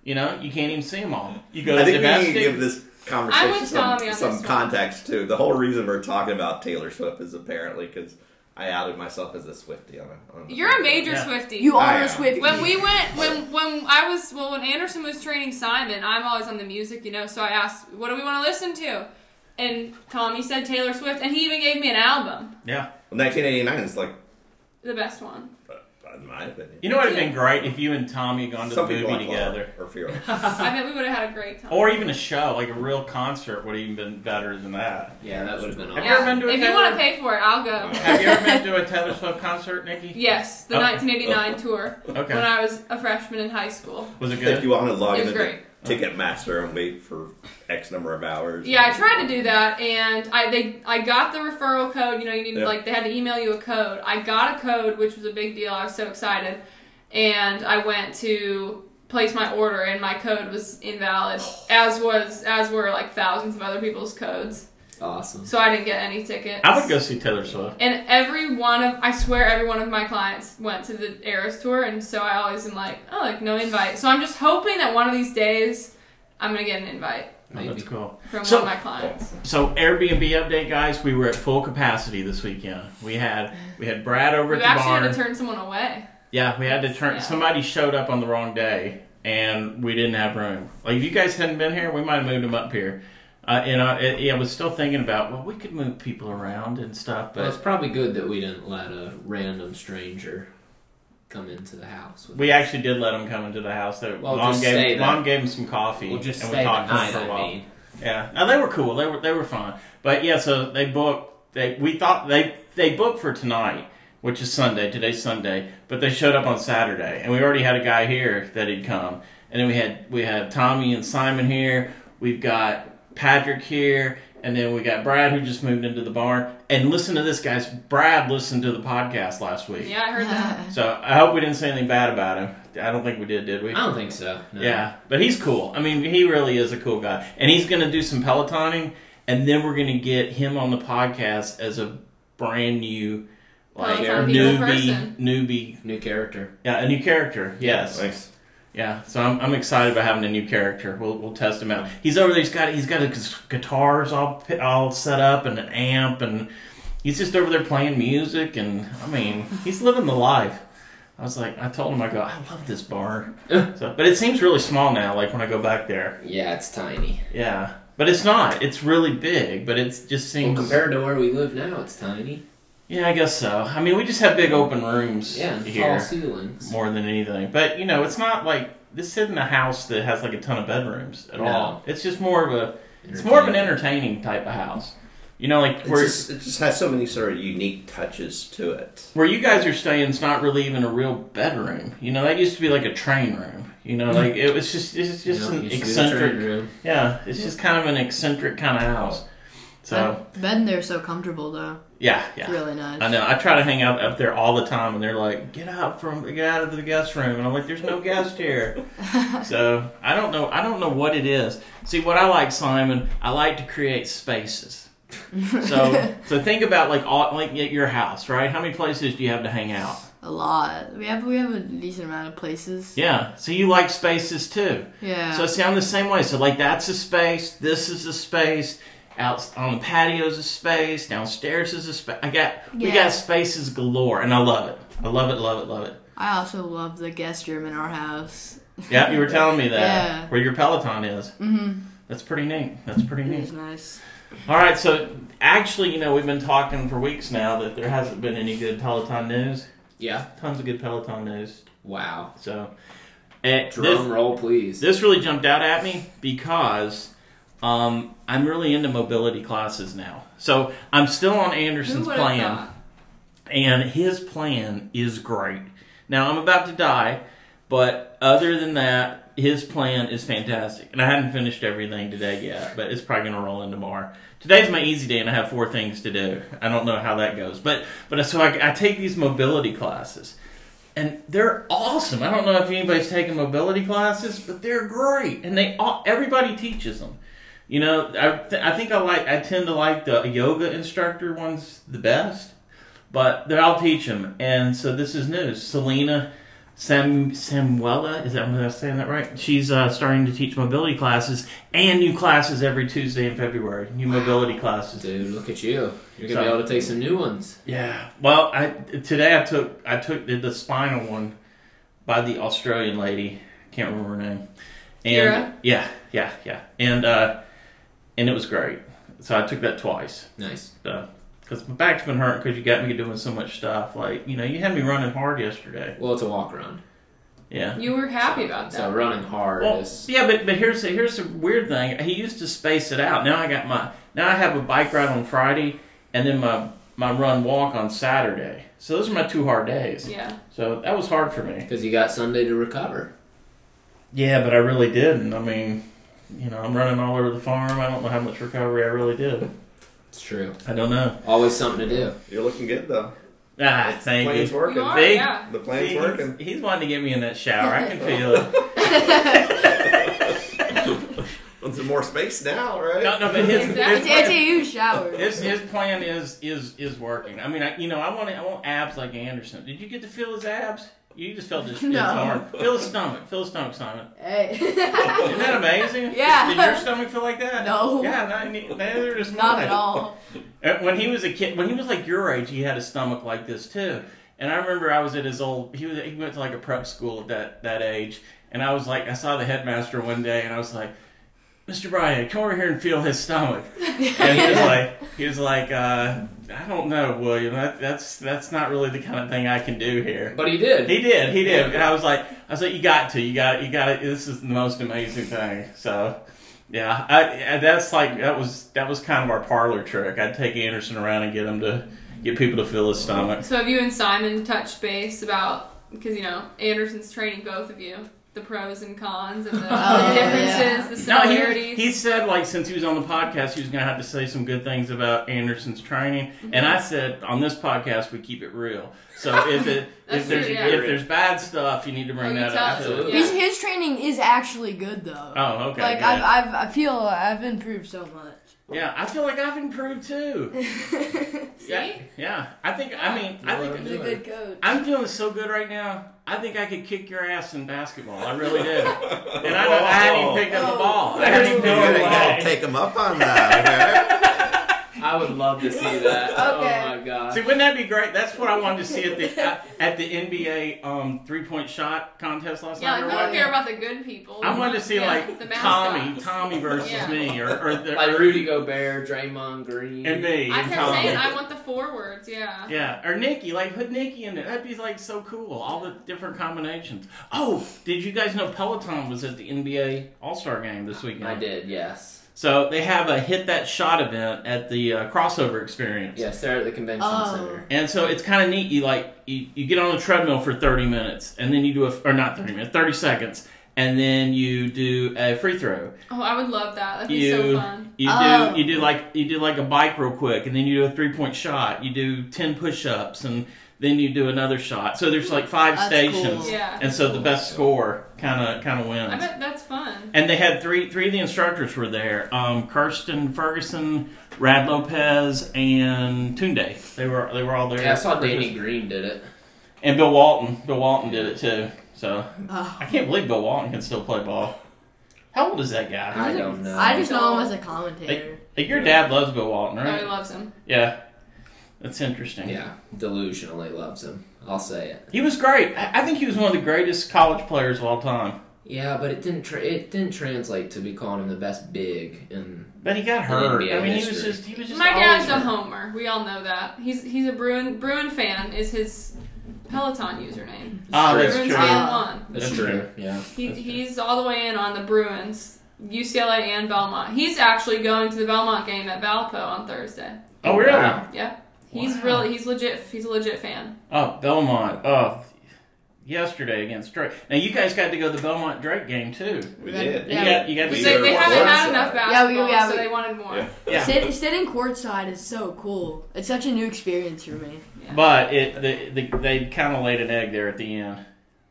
[SPEAKER 2] You know, you can't even see them all. You go
[SPEAKER 4] I
[SPEAKER 2] to
[SPEAKER 4] think we need to give
[SPEAKER 2] domestic.
[SPEAKER 4] this conversation
[SPEAKER 3] I would
[SPEAKER 4] some,
[SPEAKER 3] Tommy on this
[SPEAKER 4] some
[SPEAKER 3] one.
[SPEAKER 4] context too. The whole reason we're talking about Taylor Swift is apparently because I outed myself as a Swifty on a. On
[SPEAKER 3] You're a major
[SPEAKER 2] Yeah.
[SPEAKER 3] Swiftie.
[SPEAKER 5] You
[SPEAKER 4] I
[SPEAKER 5] are
[SPEAKER 4] am.
[SPEAKER 5] a Swift.
[SPEAKER 3] When we went, when when I was, well, when Anderson was training Simon, I'm always on the music, you know. So I asked, "What do we want to listen to?" And Tommy said Taylor Swift, and he even gave me an album,
[SPEAKER 2] Yeah,
[SPEAKER 4] 1989 is like, uh,
[SPEAKER 3] the best one.
[SPEAKER 4] in my opinion,
[SPEAKER 2] you know what would have been great if you and Tommy had gone to
[SPEAKER 4] some
[SPEAKER 2] the
[SPEAKER 4] people
[SPEAKER 2] movie
[SPEAKER 4] like Love
[SPEAKER 2] together,
[SPEAKER 4] or fearless.
[SPEAKER 3] I bet we would have had a great time.
[SPEAKER 2] or even a show like a real concert would have even been better than that.
[SPEAKER 1] Yeah, that would have been
[SPEAKER 2] Have
[SPEAKER 1] awesome.
[SPEAKER 2] you ever been to a
[SPEAKER 3] if you want
[SPEAKER 2] Taylor?
[SPEAKER 3] to pay for it, I'll go.
[SPEAKER 2] Have you ever been to a Taylor Swift concert, Nikki?
[SPEAKER 3] Yes, the
[SPEAKER 2] Oh.
[SPEAKER 3] 1989 tour when
[SPEAKER 2] Okay, Oh,
[SPEAKER 3] I was a freshman in high school.
[SPEAKER 2] was it
[SPEAKER 4] if
[SPEAKER 2] good?
[SPEAKER 4] you want to log
[SPEAKER 3] It was
[SPEAKER 4] into
[SPEAKER 3] great.
[SPEAKER 4] Ticketmaster and wait for X number of hours.
[SPEAKER 3] Yeah, I tried to do that, and I they I got the referral code. You know, you need
[SPEAKER 4] Yeah.
[SPEAKER 3] like they had to email you a code. I got a code, which was a big deal. I was so excited, and I went to place my order, and my code was invalid, as was as were like thousands of other people's codes.
[SPEAKER 1] Awesome.
[SPEAKER 3] So I didn't get any tickets.
[SPEAKER 2] I would go see Taylor Swift.
[SPEAKER 3] And every one of, I swear, every one of my clients went to the Eras tour, and so I always am like, oh, like no invite. So I'm just hoping that one of these days, I'm gonna get an invite
[SPEAKER 2] Oh,
[SPEAKER 1] Maybe.
[SPEAKER 2] that's cool.
[SPEAKER 3] from
[SPEAKER 2] So-
[SPEAKER 3] one of my clients.
[SPEAKER 2] So Airbnb update, guys. We were at full capacity this weekend. We had we had Brad over
[SPEAKER 3] You
[SPEAKER 2] at the
[SPEAKER 3] actually
[SPEAKER 2] barn.
[SPEAKER 3] had to turn someone away.
[SPEAKER 2] yeah, we had to turn.
[SPEAKER 3] Yeah.
[SPEAKER 2] Somebody showed up on the wrong day, and we didn't have room. Like if you guys hadn't been here, we might have moved them up here. Uh, and I, I- I was still thinking about well, we could move people around and stuff,
[SPEAKER 1] Well,
[SPEAKER 2] but
[SPEAKER 1] it's probably good that we didn't let a random stranger come into the house. With
[SPEAKER 2] We actually did let them come into the house. Though
[SPEAKER 1] Well,
[SPEAKER 2] mom
[SPEAKER 1] just stay
[SPEAKER 2] gave
[SPEAKER 1] there.
[SPEAKER 2] mom gave them some coffee.
[SPEAKER 1] We'll just
[SPEAKER 2] and
[SPEAKER 1] stay
[SPEAKER 2] we
[SPEAKER 1] the
[SPEAKER 2] talked to them
[SPEAKER 1] night.
[SPEAKER 2] for a
[SPEAKER 1] I
[SPEAKER 2] while.
[SPEAKER 1] mean,
[SPEAKER 2] Yeah, now they were cool. They were they were fun. But yeah, so they booked. They we thought they they booked for tonight, which is Sunday. Today's Sunday, but they showed up on Saturday, and we already had a guy here that had come, and then we had we had Tommy and Simon here. We've got Patrick here. And then we got Brad, who just moved into the barn. And listen to this, guys. Brad listened to the podcast last week.
[SPEAKER 3] Yeah, I heard that.
[SPEAKER 2] So I hope we didn't say anything bad about him. I don't think we did, did we?
[SPEAKER 1] I don't think so. No.
[SPEAKER 2] Yeah, but he's cool. I mean, he really is a cool guy, and he's going to do some pelotoning, and then we're going to get him on the podcast as a brand new, like
[SPEAKER 3] Peloton people person.
[SPEAKER 2] newbie, newbie,
[SPEAKER 1] New character.
[SPEAKER 2] yeah, a new character. Yes,
[SPEAKER 4] Thanks.
[SPEAKER 2] yeah. So I'm, I'm excited about having a new character. We'll, we'll test him out. He's over there. He's got he's got his guitars all pi- all set up and an amp, and he's just over there playing music. And I mean, he's living the life. I was like, I told him, I go, I love this bar. so, but it seems really small now. Like when I go back there,
[SPEAKER 1] Yeah, it's tiny.
[SPEAKER 2] yeah. But it's not. It's really big. But it just
[SPEAKER 1] Well,
[SPEAKER 2] seems.
[SPEAKER 1] compared to where we live now, it's tiny.
[SPEAKER 2] yeah, I guess so. I mean, we just have big open rooms
[SPEAKER 1] Yeah, and tall
[SPEAKER 2] here
[SPEAKER 1] ceilings.
[SPEAKER 2] more than anything. But you know, it's not like this isn't a house that has like a ton of bedrooms at
[SPEAKER 1] No.
[SPEAKER 2] all. It's just more of a it's more of an entertaining type of house. You know, like
[SPEAKER 4] It
[SPEAKER 2] where
[SPEAKER 4] just, it just has so many sort of unique touches to it.
[SPEAKER 2] where you guys are staying is not really even a real bedroom. You know, that used to be like a train room. You know, like it was just it's
[SPEAKER 1] You
[SPEAKER 2] just
[SPEAKER 1] know,
[SPEAKER 2] an
[SPEAKER 1] used to be the training
[SPEAKER 2] eccentric.
[SPEAKER 1] room.
[SPEAKER 2] Yeah, it's just kind of an eccentric kind of house. So
[SPEAKER 5] Bed- bed in there is so comfortable though.
[SPEAKER 2] yeah,
[SPEAKER 5] It's
[SPEAKER 2] yeah.
[SPEAKER 5] really nice.
[SPEAKER 2] I know. I try to hang out up there all the time, and they're like, "Get out from, get out of the guest room," and I'm like, "There's no guest here." so I don't know. I don't know what it is. See, what I like, Simon, I like to create spaces. so, so think about like all, like at your house, right? How many places do you have to hang out?
[SPEAKER 5] A lot. We have we have a decent amount of places.
[SPEAKER 2] Yeah. So you like spaces too.
[SPEAKER 5] Yeah.
[SPEAKER 2] So see, I'm the same way. So like that's a space. This is a space. Out on the patio is a space. Downstairs is a space. I got we
[SPEAKER 5] Yeah.
[SPEAKER 2] got spaces galore, and I love it. I love it. Love it. Love it.
[SPEAKER 5] I also love the guest room in our house.
[SPEAKER 2] Yeah, you were telling me that
[SPEAKER 5] Yeah.
[SPEAKER 2] where your Peloton is.
[SPEAKER 5] Mm-hmm.
[SPEAKER 2] That's pretty neat. That's pretty
[SPEAKER 5] It
[SPEAKER 2] neat.
[SPEAKER 5] is nice.
[SPEAKER 2] All right. So actually, you know, we've been talking for weeks now that there hasn't been any good Peloton news.
[SPEAKER 1] Yeah.
[SPEAKER 2] Tons of good Peloton news.
[SPEAKER 1] Wow.
[SPEAKER 2] So. eh,
[SPEAKER 1] Drum
[SPEAKER 2] this-
[SPEAKER 1] roll, please.
[SPEAKER 2] This really jumped out at me because um, I'm really into mobility classes now. So I'm still on
[SPEAKER 3] Who
[SPEAKER 2] Anderson's
[SPEAKER 3] would
[SPEAKER 2] plan,
[SPEAKER 3] have thought?
[SPEAKER 2] and his plan is great. Now I'm about to die, but other than that, his plan is fantastic. And I haven't finished everything today yet, but it's probably gonna roll in tomorrow. Today's my easy day, and I have four things to do. I don't know how that goes, but but so I, I take these mobility classes. And they're awesome. I don't know if anybody's taken mobility classes, but they're great, and they all, everybody teaches them. You know, I, th- I think I like I tend to like the yoga instructor ones the best, but they're all teach them. And so this is new. Selena Sam Samuela is that am I saying that right? She's uh, starting to teach mobility classes and new classes every Tuesday in February. New mobility classes.
[SPEAKER 1] Dude, look at you. You're gonna
[SPEAKER 2] So-
[SPEAKER 1] be able to take some new ones.
[SPEAKER 2] Yeah. Well, I today I took I took the, the spinal one by the Australian lady. Can't remember her name. And
[SPEAKER 3] Kira?
[SPEAKER 2] yeah, yeah, yeah. And uh and it was great. So I took that twice
[SPEAKER 1] Nice.
[SPEAKER 2] because my back's been hurt because you got me doing so much stuff. Like you know, you had me running hard yesterday.
[SPEAKER 1] Well, it's a walk around.
[SPEAKER 2] Yeah.
[SPEAKER 3] You were happy about
[SPEAKER 1] So
[SPEAKER 3] that.
[SPEAKER 1] running hard
[SPEAKER 2] Well,
[SPEAKER 1] is
[SPEAKER 2] yeah, but but here's the, here's the weird thing. He used to space it out. Now I got my now I have a bike ride on Friday and then my my run walk on Saturday. So those are my two hard days.
[SPEAKER 3] Yeah.
[SPEAKER 2] So that was hard for me.
[SPEAKER 1] because you got Sunday to recover.
[SPEAKER 2] Yeah, but I really didn't. I mean, you know, I'm running all over the farm. I don't know how much recovery I really did.
[SPEAKER 1] It's true.
[SPEAKER 2] I don't know.
[SPEAKER 1] Always something to do.
[SPEAKER 4] You're looking good though.
[SPEAKER 2] Ah, thank
[SPEAKER 4] plan's
[SPEAKER 2] you.
[SPEAKER 3] You
[SPEAKER 4] working.
[SPEAKER 3] are,
[SPEAKER 2] big.
[SPEAKER 3] yeah.
[SPEAKER 4] The plan's
[SPEAKER 2] See,
[SPEAKER 4] working.
[SPEAKER 2] He's, he's wanting to get me in that shower. I can feel it.
[SPEAKER 4] There's more space now, right?
[SPEAKER 2] No, no, but his,
[SPEAKER 3] Exactly.
[SPEAKER 2] his,
[SPEAKER 5] It's, it's a
[SPEAKER 2] plan,
[SPEAKER 5] huge shower.
[SPEAKER 2] his, his plan is is is working. I mean, I, you know, I want I want abs like Anderson. Did you get to feel his abs? You just felt his, his
[SPEAKER 5] No.
[SPEAKER 2] arm. Feel his stomach. Feel his stomach, Simon.
[SPEAKER 5] Hey.
[SPEAKER 2] Isn't that amazing?
[SPEAKER 5] Yeah.
[SPEAKER 2] Did your stomach feel like that?
[SPEAKER 5] No.
[SPEAKER 2] Yeah, not, neither does
[SPEAKER 5] Not
[SPEAKER 2] mine.
[SPEAKER 5] at all.
[SPEAKER 2] Uh, When he was a kid, when he was like your age, he had a stomach like this too. And I remember I was at his old. He was he went to like a prep school at that that age, and I was like, I saw the headmaster one day, and I was like, Mr. Bryan, come over here and feel his stomach. and he was like, he was like, uh, I don't know, William. That, that's that's not really the kind of thing I can do here.
[SPEAKER 1] But he did.
[SPEAKER 2] He did, he did. And I was like, I was like, you got to, you got, you got to. This is the most amazing thing. So, yeah, I, I, that's like that was that was kind of our parlor trick. I'd take Anderson around and get him to get people to feel his stomach.
[SPEAKER 3] So have you and Simon touched base about because you know Anderson's training both of you the pros and cons and the,
[SPEAKER 5] Oh,
[SPEAKER 3] the differences,
[SPEAKER 5] yeah.
[SPEAKER 3] the
[SPEAKER 2] No,
[SPEAKER 3] similarities.
[SPEAKER 2] he, he said like since he was on the podcast, he was gonna have to say some good things about Anderson's training,
[SPEAKER 3] Mm-hmm.
[SPEAKER 2] and I said on this podcast we keep it real. So if it
[SPEAKER 3] That's
[SPEAKER 2] if there's
[SPEAKER 3] true, yeah.
[SPEAKER 2] if there's bad stuff, you need to bring
[SPEAKER 3] Oh, you
[SPEAKER 2] that
[SPEAKER 3] tell
[SPEAKER 2] up.
[SPEAKER 3] us,
[SPEAKER 2] too.
[SPEAKER 3] yeah.
[SPEAKER 5] His, his training is actually good though.
[SPEAKER 2] Oh, okay.
[SPEAKER 5] like
[SPEAKER 2] good.
[SPEAKER 5] I've, I've, I feel I've improved so much.
[SPEAKER 2] yeah, I feel like I've improved too.
[SPEAKER 3] See?
[SPEAKER 2] Yeah, yeah. I think. I mean, I
[SPEAKER 1] Well,
[SPEAKER 2] think
[SPEAKER 5] He's a good coach.
[SPEAKER 2] I'm feeling so good right now. I think I could kick your ass in basketball. I really do. And I, don't, I hadn't even picked up the ball. I hadn't even
[SPEAKER 4] You
[SPEAKER 2] picked up the
[SPEAKER 4] gotta, you gotta
[SPEAKER 2] ball.
[SPEAKER 4] take him up on that.
[SPEAKER 1] I would love to see that.
[SPEAKER 5] Okay.
[SPEAKER 1] Oh my god.
[SPEAKER 2] See, wouldn't that be great? That's what I wanted to see at the uh, at the NBA um, three point shot contest last
[SPEAKER 3] Yeah,
[SPEAKER 2] night. or
[SPEAKER 3] like, we don't
[SPEAKER 2] what?
[SPEAKER 3] care about the good people.
[SPEAKER 2] I wanted to see
[SPEAKER 3] Yeah, the
[SPEAKER 2] like
[SPEAKER 3] mascots.
[SPEAKER 2] Tommy, Tommy versus
[SPEAKER 3] Yeah.
[SPEAKER 2] me, or, or the,
[SPEAKER 1] Like Rudy Gobert, Draymond Green.
[SPEAKER 2] and me,
[SPEAKER 3] I
[SPEAKER 2] and
[SPEAKER 3] kept
[SPEAKER 2] Tommy.
[SPEAKER 3] saying I want the forwards. Yeah.
[SPEAKER 2] Yeah, or Nikki, like put Nikki in it. That'd be like so cool. All the different combinations. Oh, did you guys know Peloton was at the NBA All Star Game this weekend?
[SPEAKER 1] I did, yes.
[SPEAKER 2] So they have a hit that shot event at the uh, crossover experience.
[SPEAKER 1] Yes, they're at the convention
[SPEAKER 5] Oh.
[SPEAKER 1] center.
[SPEAKER 2] And so it's kind of neat. You like you, you get on a treadmill for thirty minutes, and then you do a or not thirty minutes, thirty seconds, and then you do a free throw.
[SPEAKER 3] Oh, I would love that. That'd be
[SPEAKER 2] you
[SPEAKER 3] so fun.
[SPEAKER 2] you
[SPEAKER 5] Oh.
[SPEAKER 2] do you do like you do like a bike real quick, and then you do a three point shot. You do ten push ups, and then you do another shot. So there's like five
[SPEAKER 5] That's
[SPEAKER 2] stations,
[SPEAKER 5] cool.
[SPEAKER 3] Yeah.
[SPEAKER 2] and so the best score kind of kind of wins.
[SPEAKER 3] I bet that's fun.
[SPEAKER 2] And they had three three of the instructors were there. Um, Kirsten Ferguson, Rad Lopez, and Tunde. They were they were all there.
[SPEAKER 1] Yeah, I saw Danny Green did it.
[SPEAKER 2] And Bill Walton. Bill Walton did it too. So
[SPEAKER 5] Oh.
[SPEAKER 2] I can't believe Bill Walton can still play ball. How old is that guy?
[SPEAKER 1] I don't know.
[SPEAKER 5] I just know him as a commentator.
[SPEAKER 2] Like, your dad loves Bill Walton,
[SPEAKER 3] Everybody
[SPEAKER 2] right?
[SPEAKER 3] loves him.
[SPEAKER 2] Yeah. That's interesting.
[SPEAKER 1] Yeah, delusionally loves him. I'll say it.
[SPEAKER 2] He was great. I I think he was one of the greatest college players of all time.
[SPEAKER 1] Yeah, but it didn't. Tra- it didn't translate to be calling him the best big. And
[SPEAKER 2] But he got hurt.
[SPEAKER 1] NBA
[SPEAKER 2] I mean, he was
[SPEAKER 1] history.
[SPEAKER 2] just he was just
[SPEAKER 3] My
[SPEAKER 2] always
[SPEAKER 3] dad's a
[SPEAKER 2] hurt.
[SPEAKER 3] homer. We all know that. He's he's a Bruin Bruin fan. Is his Peloton username.
[SPEAKER 2] Ah, that's
[SPEAKER 3] Bruins
[SPEAKER 2] true.
[SPEAKER 3] fan
[SPEAKER 5] Ah.
[SPEAKER 3] one.
[SPEAKER 1] that's
[SPEAKER 2] That's
[SPEAKER 1] true.
[SPEAKER 2] true.
[SPEAKER 1] Yeah.
[SPEAKER 3] He,
[SPEAKER 2] That's
[SPEAKER 3] he's all the way in on the Bruins, UCLA, and Belmont. He's actually going to the Belmont game at Valpo on Thursday.
[SPEAKER 2] Oh really?
[SPEAKER 1] Wow.
[SPEAKER 3] Yeah, he's
[SPEAKER 2] Wow.
[SPEAKER 3] really he's legit. He's a legit fan.
[SPEAKER 2] Oh, Belmont. Oh, yesterday against Drake. Now you guys got to go to the Belmont Drake game too.
[SPEAKER 4] We did.
[SPEAKER 2] You
[SPEAKER 5] Yeah.
[SPEAKER 2] got you got to be
[SPEAKER 3] They,
[SPEAKER 4] We did.
[SPEAKER 2] there.
[SPEAKER 3] they
[SPEAKER 4] were
[SPEAKER 3] haven't had
[SPEAKER 4] courtside.
[SPEAKER 3] enough
[SPEAKER 5] Yeah,
[SPEAKER 3] basketball,
[SPEAKER 5] we- yeah,
[SPEAKER 3] so
[SPEAKER 5] we-
[SPEAKER 3] they wanted more.
[SPEAKER 4] Yeah.
[SPEAKER 2] Yeah.
[SPEAKER 5] Sit, sitting courtside is so cool. It's such a new experience for me.
[SPEAKER 2] But it the, the, they kind of laid an egg there at the end.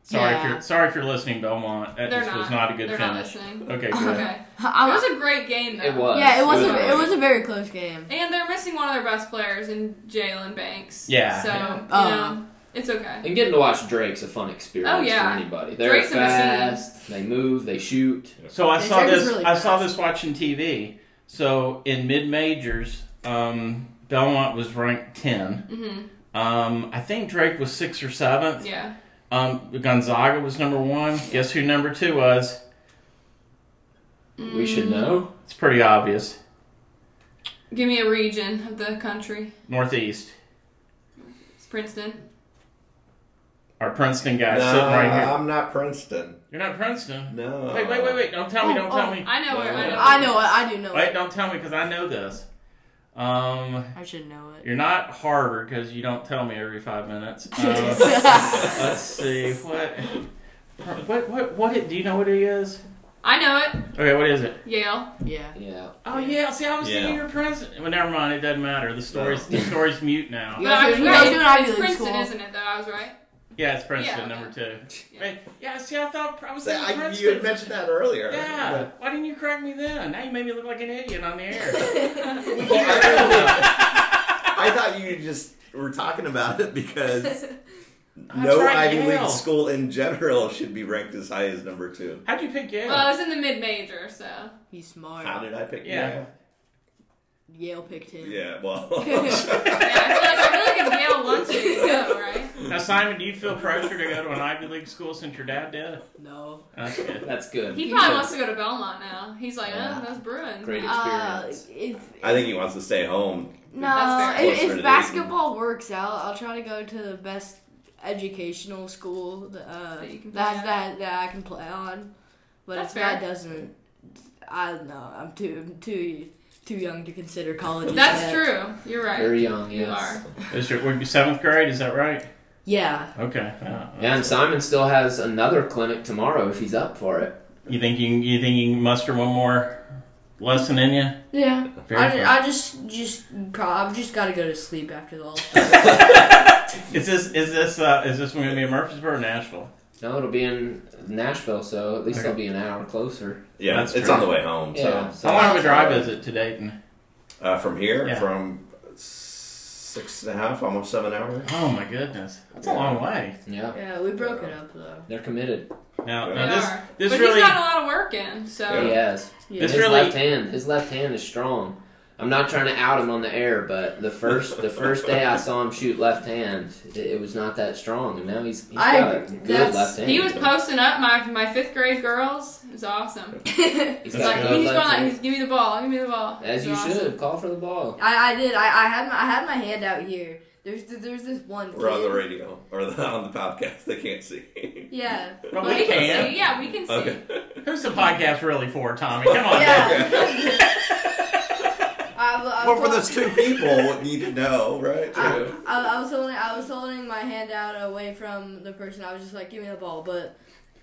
[SPEAKER 2] Sorry if
[SPEAKER 5] Yeah.
[SPEAKER 2] you're sorry if you're listening, Belmont. That
[SPEAKER 3] They're
[SPEAKER 2] just was
[SPEAKER 3] not.
[SPEAKER 2] not a good
[SPEAKER 3] They're not
[SPEAKER 2] finish.
[SPEAKER 3] listening.
[SPEAKER 2] Okay,
[SPEAKER 5] Okay.
[SPEAKER 2] good.
[SPEAKER 3] Okay,
[SPEAKER 5] I
[SPEAKER 3] it
[SPEAKER 5] was,
[SPEAKER 3] was a great game though.
[SPEAKER 1] It was.
[SPEAKER 5] yeah, it was.
[SPEAKER 4] It was
[SPEAKER 5] A, it
[SPEAKER 4] alright.
[SPEAKER 5] was a very close game.
[SPEAKER 3] And they're missing one of their best players in Jalen Banks.
[SPEAKER 2] Yeah.
[SPEAKER 3] So
[SPEAKER 2] Yeah.
[SPEAKER 3] you
[SPEAKER 5] Oh.
[SPEAKER 3] know, it's okay.
[SPEAKER 1] And getting to watch Drake's a fun experience
[SPEAKER 3] Oh, yeah.
[SPEAKER 1] for anybody. They're
[SPEAKER 3] Drake's a machine.
[SPEAKER 1] fast. They move. They shoot.
[SPEAKER 2] So I
[SPEAKER 5] The
[SPEAKER 2] saw
[SPEAKER 5] Drake was
[SPEAKER 2] this.
[SPEAKER 5] really
[SPEAKER 2] I saw
[SPEAKER 5] fast.
[SPEAKER 2] this watching TV. So in mid majors, um, Belmont was ranked 10
[SPEAKER 3] Mm-hmm.
[SPEAKER 2] Um, I think Drake was sixth or seventh.
[SPEAKER 3] Yeah.
[SPEAKER 2] Um, Gonzaga was number one. Guess who number two was?
[SPEAKER 1] We should know.
[SPEAKER 2] It's pretty obvious.
[SPEAKER 3] Mm. Give me a region of the country.
[SPEAKER 2] Northeast.
[SPEAKER 3] It's Princeton.
[SPEAKER 2] Our Princeton guy
[SPEAKER 4] no,
[SPEAKER 2] sitting right here.
[SPEAKER 4] I'm not Princeton.
[SPEAKER 2] You're not Princeton.
[SPEAKER 4] No.
[SPEAKER 2] Wait, wait, wait, wait! Don't tell me! Don't
[SPEAKER 5] Oh,
[SPEAKER 2] tell
[SPEAKER 5] oh,
[SPEAKER 2] me!
[SPEAKER 3] I know where. I know. where
[SPEAKER 5] I know
[SPEAKER 3] it
[SPEAKER 5] it.
[SPEAKER 3] is.
[SPEAKER 5] I do know
[SPEAKER 2] Wait!
[SPEAKER 5] it.
[SPEAKER 2] Don't tell me because I know this. Um,
[SPEAKER 5] I should know it.
[SPEAKER 2] you're not Harvard because you don't tell me every five minutes. Uh,
[SPEAKER 5] I
[SPEAKER 2] let's see what. What what what it, do you know what it is?
[SPEAKER 3] I know it.
[SPEAKER 2] Okay, what is it?
[SPEAKER 3] Yale.
[SPEAKER 5] yeah.
[SPEAKER 1] Yeah.
[SPEAKER 2] Oh yeah, see I was thinking
[SPEAKER 4] Yeah.
[SPEAKER 2] you're Princeton. Well never mind, it doesn't matter. The story's the story's mute now.
[SPEAKER 5] You guys- you guys do what I do
[SPEAKER 3] It's
[SPEAKER 5] in
[SPEAKER 3] Princeton,
[SPEAKER 5] school.
[SPEAKER 3] isn't it? That I was right.
[SPEAKER 2] Yeah, it's Princeton,
[SPEAKER 3] Yeah.
[SPEAKER 2] number two.
[SPEAKER 3] Yeah.
[SPEAKER 2] Yeah. yeah, see, I thought I was
[SPEAKER 4] That-
[SPEAKER 2] saying
[SPEAKER 4] I,
[SPEAKER 2] Princeton.
[SPEAKER 4] you had mentioned that earlier.
[SPEAKER 2] yeah,
[SPEAKER 4] but-
[SPEAKER 2] why didn't you correct me then? Now you made me look like an idiot on the air.
[SPEAKER 4] Well, I, I thought you just were talking about it because no
[SPEAKER 2] right,
[SPEAKER 4] Ivy
[SPEAKER 2] Yale.
[SPEAKER 4] League school in general should be ranked as high as number two.
[SPEAKER 2] How'd you pick Yale?
[SPEAKER 3] Well, I was in the mid major, so.
[SPEAKER 5] He's smart.
[SPEAKER 4] How did I pick
[SPEAKER 2] Yeah.
[SPEAKER 4] Yale?
[SPEAKER 5] Yale picked him.
[SPEAKER 4] Yeah, well,
[SPEAKER 3] Yeah, I feel like, I feel like if Yale wants you, you go, right?
[SPEAKER 2] now, Simon, do you feel pressure to go to an Ivy League school since your dad did?
[SPEAKER 5] No.
[SPEAKER 2] That's good.
[SPEAKER 1] That's good.
[SPEAKER 3] He probably wants to go to Belmont now. He's like, oh, those Bruins.
[SPEAKER 1] Great.
[SPEAKER 5] Uh,
[SPEAKER 1] Experience.
[SPEAKER 5] if
[SPEAKER 4] I think he wants to stay home.
[SPEAKER 5] no,
[SPEAKER 3] That's fair.
[SPEAKER 5] if,
[SPEAKER 4] Closer to
[SPEAKER 5] if
[SPEAKER 4] the-
[SPEAKER 5] basketball works out, I'll try to go to the best educational school uh,
[SPEAKER 3] That you can play
[SPEAKER 5] that,
[SPEAKER 3] at.
[SPEAKER 5] that that I can play on. But
[SPEAKER 3] That's
[SPEAKER 5] if
[SPEAKER 3] fair.
[SPEAKER 5] that doesn't, I don't know. I'm too I'm too too young to consider college.
[SPEAKER 3] That's
[SPEAKER 5] yet.
[SPEAKER 3] true. You're right.
[SPEAKER 1] Very young,
[SPEAKER 3] You
[SPEAKER 1] yes.
[SPEAKER 3] are.
[SPEAKER 2] Is your, were you seventh grade? Is that right?
[SPEAKER 5] Yeah.
[SPEAKER 2] Okay. Uh, Yeah.
[SPEAKER 1] Yeah, and Simon still has another clinic tomorrow if he's up for it.
[SPEAKER 2] You think you can- you think you can muster one more lesson in you?
[SPEAKER 5] Yeah.
[SPEAKER 2] Very
[SPEAKER 5] I,
[SPEAKER 2] fair.
[SPEAKER 5] ju- I just just pro- I've just got to go to sleep after the all. Star.
[SPEAKER 2] Is this is this uh, is this one going to be in Murfreesboro or Nashville?
[SPEAKER 1] No, it'll be in Nashville, so at least
[SPEAKER 2] Okay.
[SPEAKER 1] it'll be an hour closer.
[SPEAKER 4] Yeah,
[SPEAKER 2] That's
[SPEAKER 4] it's
[SPEAKER 2] true.
[SPEAKER 4] on the way home.
[SPEAKER 1] Yeah.
[SPEAKER 4] So
[SPEAKER 1] So
[SPEAKER 2] How long of a drive is it to Dayton?
[SPEAKER 4] uh, from here,
[SPEAKER 2] Yeah.
[SPEAKER 4] from six and a half, almost seven hours.
[SPEAKER 2] Oh my goodness, that's a long way.
[SPEAKER 1] Yeah,
[SPEAKER 5] yeah, we broke it up though.
[SPEAKER 1] they're committed.
[SPEAKER 2] Now,
[SPEAKER 4] Yeah.
[SPEAKER 2] now
[SPEAKER 3] They
[SPEAKER 2] Uh, this
[SPEAKER 3] are.
[SPEAKER 2] this
[SPEAKER 3] but
[SPEAKER 2] really
[SPEAKER 3] he's got a lot of work in, so.
[SPEAKER 1] He has.
[SPEAKER 5] Yeah.
[SPEAKER 2] This
[SPEAKER 1] his
[SPEAKER 2] really-
[SPEAKER 1] left hand, his left hand is strong. I'm not trying to out him on the air, but the first the first day I saw him shoot left hand, it, it was not that strong, and now he's, he's
[SPEAKER 5] I-
[SPEAKER 1] got a good
[SPEAKER 5] that's-
[SPEAKER 1] left hand.
[SPEAKER 3] He was posting up my, my fifth grade girls. It was awesome.
[SPEAKER 1] He's
[SPEAKER 3] He's
[SPEAKER 1] got
[SPEAKER 3] like,
[SPEAKER 1] a
[SPEAKER 2] That's
[SPEAKER 3] he's
[SPEAKER 1] good
[SPEAKER 3] going
[SPEAKER 1] left
[SPEAKER 3] like,
[SPEAKER 1] hand.
[SPEAKER 3] he's, give me the ball, give me the ball.
[SPEAKER 1] As
[SPEAKER 3] It
[SPEAKER 1] you
[SPEAKER 3] was awesome.
[SPEAKER 1] should call for the ball.
[SPEAKER 5] I, I did. I, I had my I had my hand out here. There's th- there's this one.
[SPEAKER 4] We're on
[SPEAKER 5] kid-
[SPEAKER 4] the radio or the, on the podcast. They can't see.
[SPEAKER 5] Yeah.
[SPEAKER 2] But
[SPEAKER 3] But
[SPEAKER 2] we
[SPEAKER 3] we can
[SPEAKER 2] can.
[SPEAKER 3] see. Yeah, we can see.
[SPEAKER 4] Okay.
[SPEAKER 2] who's the podcast really for, Tommy? Come on.
[SPEAKER 5] Yeah. I, wa- I
[SPEAKER 4] Well,
[SPEAKER 5] was
[SPEAKER 4] for
[SPEAKER 5] hol-
[SPEAKER 4] those two people, need to know, right?
[SPEAKER 5] uh, I, I, I was holding I was holding my hand out away from the person. I was just like, give me the ball. But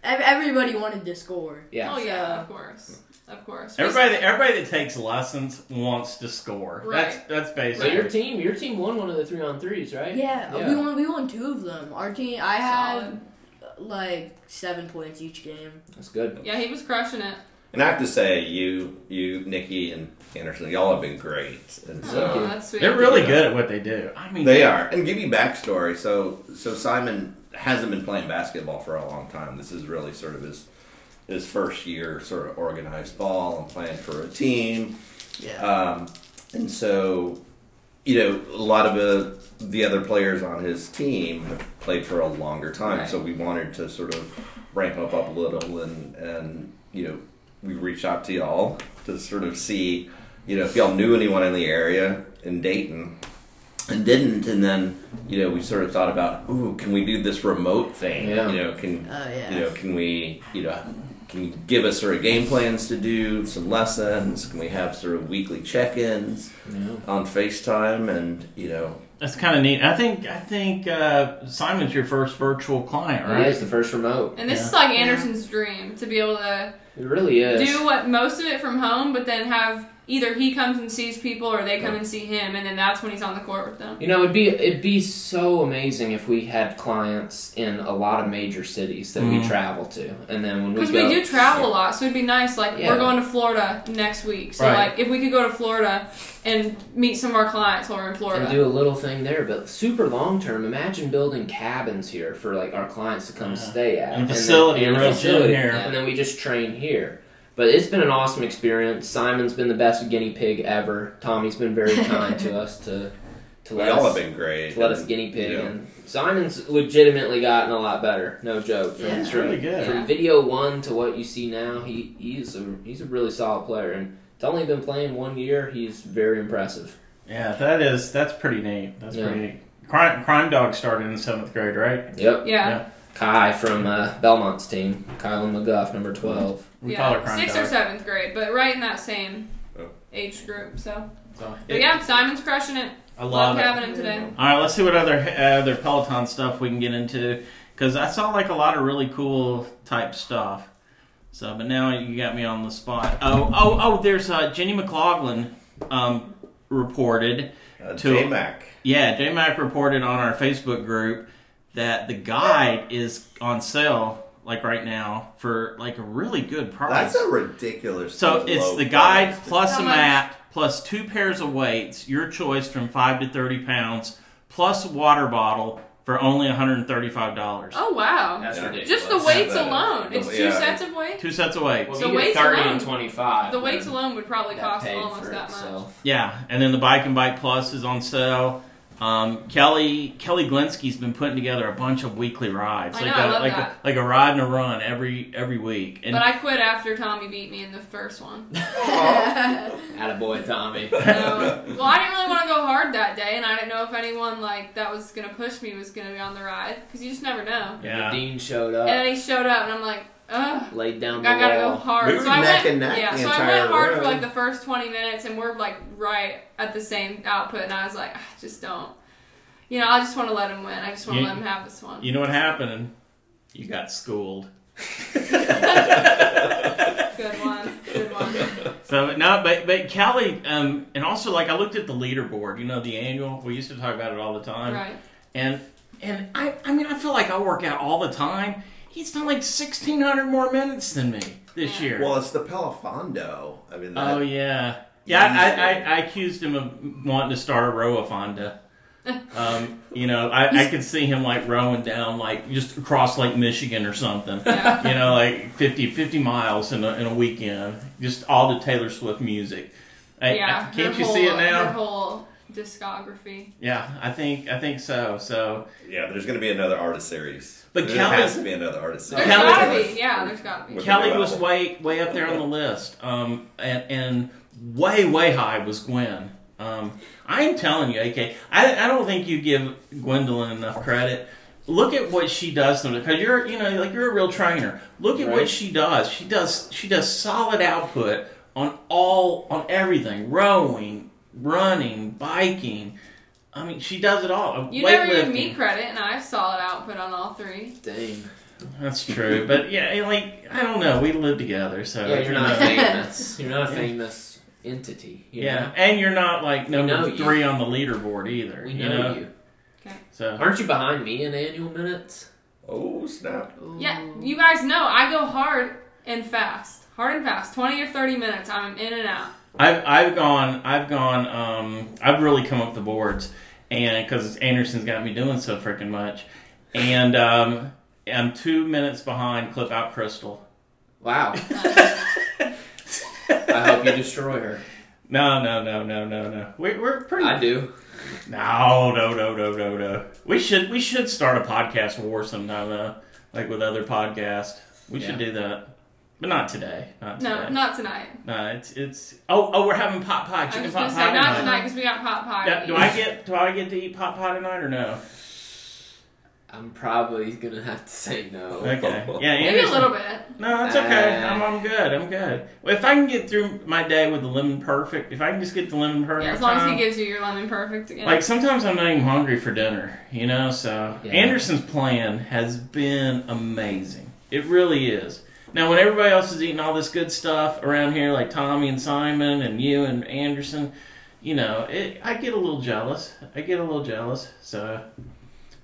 [SPEAKER 5] ev- everybody wanted to score.
[SPEAKER 1] Yeah.
[SPEAKER 3] Oh yeah,
[SPEAKER 5] So-
[SPEAKER 1] Uh,
[SPEAKER 3] of course, of course.
[SPEAKER 2] Everybody, that, everybody that takes lessons wants to score.
[SPEAKER 3] Right.
[SPEAKER 2] That's that's
[SPEAKER 1] So
[SPEAKER 2] basic.
[SPEAKER 1] your team, your team won one of the three on threes, right?
[SPEAKER 5] Yeah,
[SPEAKER 1] Yeah.
[SPEAKER 5] we won. We won two of them. Our team. I
[SPEAKER 3] Solid.
[SPEAKER 5] had like seven points each game.
[SPEAKER 1] That's good.
[SPEAKER 3] Yeah, he was crushing it.
[SPEAKER 4] And I have to say, you, you, Nikki, and Anderson, y'all have been great. And so.
[SPEAKER 1] Thank you.
[SPEAKER 3] Oh, that's sweet.
[SPEAKER 2] They're really good at what they do. I mean,
[SPEAKER 4] They are. And give you backstory. So so Simon hasn't been playing basketball for a long time. This is really sort of his his first year sort of organized ball and playing for a team.
[SPEAKER 5] Yeah.
[SPEAKER 4] Um, and so you know, a lot of the the other players on his team have played for a longer time.
[SPEAKER 1] Right.
[SPEAKER 4] So we wanted to sort of ramp up up a little and and you know, we reached out to y'all to sort of see, you know, if y'all knew anyone in the area in Dayton and didn't and then you know we sort of thought about ooh can we do this remote thing
[SPEAKER 1] Yeah.
[SPEAKER 4] you know can
[SPEAKER 5] Oh, yeah.
[SPEAKER 4] you know can we you know can you give us sort of game plans to do some lessons can we have sort of weekly check-ins
[SPEAKER 1] Yeah.
[SPEAKER 4] on FaceTime and you know
[SPEAKER 2] That's kind of neat. I think I think uh, Simon's your first virtual client,
[SPEAKER 1] He
[SPEAKER 2] right?
[SPEAKER 1] is the first remote.
[SPEAKER 3] And this is like Anderson's dream to be able to
[SPEAKER 1] It really is.
[SPEAKER 3] do what most of it from home, but then have either he comes and sees people or they come and see him, and then that's when he's on the court with them.
[SPEAKER 1] You know, it'd be it'd be so amazing if we had clients in a lot of major cities that we
[SPEAKER 2] Mhm.
[SPEAKER 1] travel to, and then when we
[SPEAKER 3] Because
[SPEAKER 1] go,
[SPEAKER 3] we do travel a lot, so it'd be nice. Like
[SPEAKER 1] Yeah.
[SPEAKER 3] we're going to Florida next week, so
[SPEAKER 2] Right.
[SPEAKER 3] like if we could go to Florida and meet some of our clients while we're in Florida.
[SPEAKER 5] uh,
[SPEAKER 1] and do a little thing there, but super long term. Imagine building cabins here for like our clients to come
[SPEAKER 2] Yeah.
[SPEAKER 1] stay at,
[SPEAKER 2] Uh-huh. And a
[SPEAKER 1] then-
[SPEAKER 2] facility,
[SPEAKER 1] and a
[SPEAKER 2] real soon
[SPEAKER 1] facility,
[SPEAKER 2] here.
[SPEAKER 1] and then we just train here. But it's been an awesome experience. Simon's been the best guinea pig ever. Tommy's been very kind to us to to
[SPEAKER 4] we
[SPEAKER 1] let
[SPEAKER 4] all
[SPEAKER 1] us
[SPEAKER 4] have been great
[SPEAKER 1] to let us guinea pig.
[SPEAKER 4] you know.
[SPEAKER 1] And Simon's legitimately gotten a lot better. No joke. From,
[SPEAKER 5] Yeah.
[SPEAKER 2] That's really good.
[SPEAKER 1] from video one to what you see now, he he's a he's a really solid player, and it's only been playing one year. He's very impressive.
[SPEAKER 2] Yeah, that is that's pretty neat. That's
[SPEAKER 1] Yeah.
[SPEAKER 2] pretty neat. Crime Crime Dog started in seventh grade, right?
[SPEAKER 1] Yep,
[SPEAKER 3] yeah,
[SPEAKER 1] Kai from uh, Belmont's team, Kylan McGuff, number twelve.
[SPEAKER 2] We
[SPEAKER 3] yeah.
[SPEAKER 2] call it Crime
[SPEAKER 3] sixth
[SPEAKER 2] Dog.
[SPEAKER 3] or seventh grade, but right in that same
[SPEAKER 4] Oh.
[SPEAKER 3] age group. So,
[SPEAKER 2] So,
[SPEAKER 3] but
[SPEAKER 2] it-
[SPEAKER 3] yeah, Simon's crushing it.
[SPEAKER 2] I
[SPEAKER 3] Love
[SPEAKER 2] love it.
[SPEAKER 3] having him today.
[SPEAKER 2] All right, let's see what other uh, other Peloton stuff we can get into because I saw like a lot of really cool type stuff. So, but now you got me on the spot. Oh, oh, oh! There's uh, Jenny McLaughlin um, reported
[SPEAKER 4] uh,
[SPEAKER 2] to-
[SPEAKER 4] J Mac
[SPEAKER 2] Yeah, J Mac reported on our Facebook group that the guide is on sale like right now for like a really good price.
[SPEAKER 4] That's a ridiculous.
[SPEAKER 2] so it's
[SPEAKER 4] low
[SPEAKER 2] the guide
[SPEAKER 4] price.
[SPEAKER 2] plus
[SPEAKER 3] How
[SPEAKER 2] a
[SPEAKER 3] much?
[SPEAKER 2] mat plus two pairs of weights, your choice from five to thirty pounds, plus a water bottle for only one hundred and thirty-five dollars.
[SPEAKER 3] Oh wow!
[SPEAKER 1] That's
[SPEAKER 4] Yeah.
[SPEAKER 1] ridiculous.
[SPEAKER 3] Just the
[SPEAKER 4] weight.
[SPEAKER 3] weights
[SPEAKER 4] Yeah, but-
[SPEAKER 3] alone. It's two
[SPEAKER 4] Yeah.
[SPEAKER 3] sets of weights.
[SPEAKER 2] Two sets of weights.
[SPEAKER 1] Well,
[SPEAKER 3] The
[SPEAKER 1] if you get
[SPEAKER 3] weights
[SPEAKER 1] thirty and
[SPEAKER 3] alone-
[SPEAKER 1] twenty-five.
[SPEAKER 3] The
[SPEAKER 1] then
[SPEAKER 3] weights alone would probably
[SPEAKER 1] that
[SPEAKER 3] cost
[SPEAKER 1] paid
[SPEAKER 3] almost
[SPEAKER 1] for
[SPEAKER 3] that much.
[SPEAKER 1] itself.
[SPEAKER 2] Yeah, and then the Bike and Bike Plus is on sale. Um, Kelly Kelly Glinsky's been putting together a bunch of weekly rides,
[SPEAKER 3] I
[SPEAKER 2] like
[SPEAKER 3] know, I
[SPEAKER 2] a
[SPEAKER 3] love
[SPEAKER 2] like
[SPEAKER 3] that.
[SPEAKER 2] a like a ride and a run every every week. And
[SPEAKER 3] But I quit after Tommy beat me in the first one.
[SPEAKER 1] Attaboy, Tommy.
[SPEAKER 3] So, well, I didn't really want to go hard that day, and I didn't know if anyone like that was gonna push me was gonna be on the ride because you just never know.
[SPEAKER 2] Yeah.
[SPEAKER 1] Dean showed
[SPEAKER 3] And
[SPEAKER 1] up,
[SPEAKER 3] then he showed up, and I'm like, ugh.
[SPEAKER 1] laid down
[SPEAKER 3] I
[SPEAKER 1] the
[SPEAKER 3] gotta go
[SPEAKER 1] law.
[SPEAKER 3] hard.
[SPEAKER 4] We were
[SPEAKER 3] so I
[SPEAKER 4] neck
[SPEAKER 3] went,
[SPEAKER 4] and neck
[SPEAKER 3] yeah,
[SPEAKER 4] the
[SPEAKER 3] so I
[SPEAKER 4] entire
[SPEAKER 3] went hard for
[SPEAKER 4] road.
[SPEAKER 3] like the first 20 minutes, and we're like right at the same output, and I was like, I just don't. You know, I just want to let him win. I just want
[SPEAKER 2] You-
[SPEAKER 3] to let him have this one.
[SPEAKER 2] you know what happened? You got schooled.
[SPEAKER 3] Good one. Good one.
[SPEAKER 2] So no, but but Kelly, um, and also like I looked at the leaderboard. You know the annual. We used to talk about it all the time.
[SPEAKER 3] right.
[SPEAKER 2] And and I I mean I feel like I work out all the time. He's done like sixteen hundred more minutes than me this
[SPEAKER 3] Yeah.
[SPEAKER 2] year.
[SPEAKER 4] Well, it's the Pelafondo. I mean, that,
[SPEAKER 2] Oh yeah, yeah. I, I, I accused him of wanting to start a row of Honda. Um, you know, I, I could see him like rowing down like just across Lake Michigan or something.
[SPEAKER 3] Yeah.
[SPEAKER 2] You know, like 50, 50 miles in a, in a weekend, just all to Taylor Swift music. I- I-
[SPEAKER 3] yeah.
[SPEAKER 2] can't
[SPEAKER 3] her
[SPEAKER 2] you see it
[SPEAKER 3] whole- Her
[SPEAKER 2] now?
[SPEAKER 3] whole discography.
[SPEAKER 2] Yeah, I think I think so. So
[SPEAKER 4] yeah, there's going to be another artist series.
[SPEAKER 2] But
[SPEAKER 4] there
[SPEAKER 2] Kelly-
[SPEAKER 4] has to be another artist
[SPEAKER 3] There's
[SPEAKER 4] series.
[SPEAKER 2] Kelly-
[SPEAKER 3] gotta be. Yeah, there's gotta be.
[SPEAKER 4] With
[SPEAKER 2] Kelly
[SPEAKER 4] the new
[SPEAKER 2] was
[SPEAKER 4] album.
[SPEAKER 2] way way up there on the list, um, and and way way high was Gwen. Um, I'm telling you, AK, I, I don't think you give Gwendolyn enough credit. Look at what she does because you're you know like you're a real trainer. Look at
[SPEAKER 1] Right.
[SPEAKER 2] what she does. She does she does solid output on all on everything rowing, running, biking. I mean, she does it all.
[SPEAKER 3] You never give
[SPEAKER 2] Weightlifting.
[SPEAKER 3] me credit, and I have solid output on all three.
[SPEAKER 1] Dang.
[SPEAKER 2] That's true, but yeah, like I don't know. We live together, so
[SPEAKER 1] Yeah, you're
[SPEAKER 2] you
[SPEAKER 1] not
[SPEAKER 2] know.
[SPEAKER 1] famous. You're not a
[SPEAKER 2] Yeah.
[SPEAKER 1] famous entity. you
[SPEAKER 2] Yeah,
[SPEAKER 1] know?
[SPEAKER 2] and you're not like
[SPEAKER 1] know
[SPEAKER 2] number
[SPEAKER 1] you.
[SPEAKER 2] three on the leaderboard either.
[SPEAKER 1] We
[SPEAKER 2] you
[SPEAKER 1] know,
[SPEAKER 2] know,
[SPEAKER 1] you.
[SPEAKER 2] so
[SPEAKER 1] Aren't you behind me in annual minutes?
[SPEAKER 4] Oh snap!
[SPEAKER 3] Yeah,
[SPEAKER 2] Mm.
[SPEAKER 3] you guys know I go hard and fast, hard and fast, twenty or thirty minutes. I'm in and out.
[SPEAKER 2] I've I've gone I've gone um I've really come up the boards, and because Anderson's got me doing so freaking much, and um I'm two minutes behind Clip Out Crystal.
[SPEAKER 1] Wow. I hope you destroy her.
[SPEAKER 2] No, no, no, no, no, no. We, we're pretty.
[SPEAKER 1] I do.
[SPEAKER 2] No, no, no, no, no, no. We should we should start a podcast war sometime though, like with other podcasts. We should
[SPEAKER 1] Yeah.
[SPEAKER 2] do that, but not today. Not today.
[SPEAKER 3] No, not tonight.
[SPEAKER 2] No, it's it's. Oh, oh, we're having pot pie,
[SPEAKER 3] I
[SPEAKER 2] chicken
[SPEAKER 3] was
[SPEAKER 2] pot pie
[SPEAKER 3] gonna say not
[SPEAKER 2] tonight.
[SPEAKER 3] tonight because we got pot pie.
[SPEAKER 2] Yeah, do I get do I get to eat pot pie tonight or no?
[SPEAKER 1] I'm probably gonna have to say no.
[SPEAKER 2] Okay. Yeah,
[SPEAKER 3] Maybe a
[SPEAKER 2] Anderson-
[SPEAKER 3] little bit.
[SPEAKER 2] No, it's okay.
[SPEAKER 1] Ah.
[SPEAKER 2] I'm, I'm good. I'm good. Well, if I can get through my day with the lemon perfect, if I can just get the lemon perfect,
[SPEAKER 3] Yeah, as long as he
[SPEAKER 2] time-
[SPEAKER 3] gives you your lemon perfect again.
[SPEAKER 2] Like sometimes I'm not even hungry for dinner, you know. So
[SPEAKER 1] Yeah.
[SPEAKER 2] Anderson's plan has been amazing. It really is. Now, when everybody else is eating all this good stuff around here, like Tommy and Simon and you and Anderson, you know, it, I get a little jealous. I get a little jealous. So,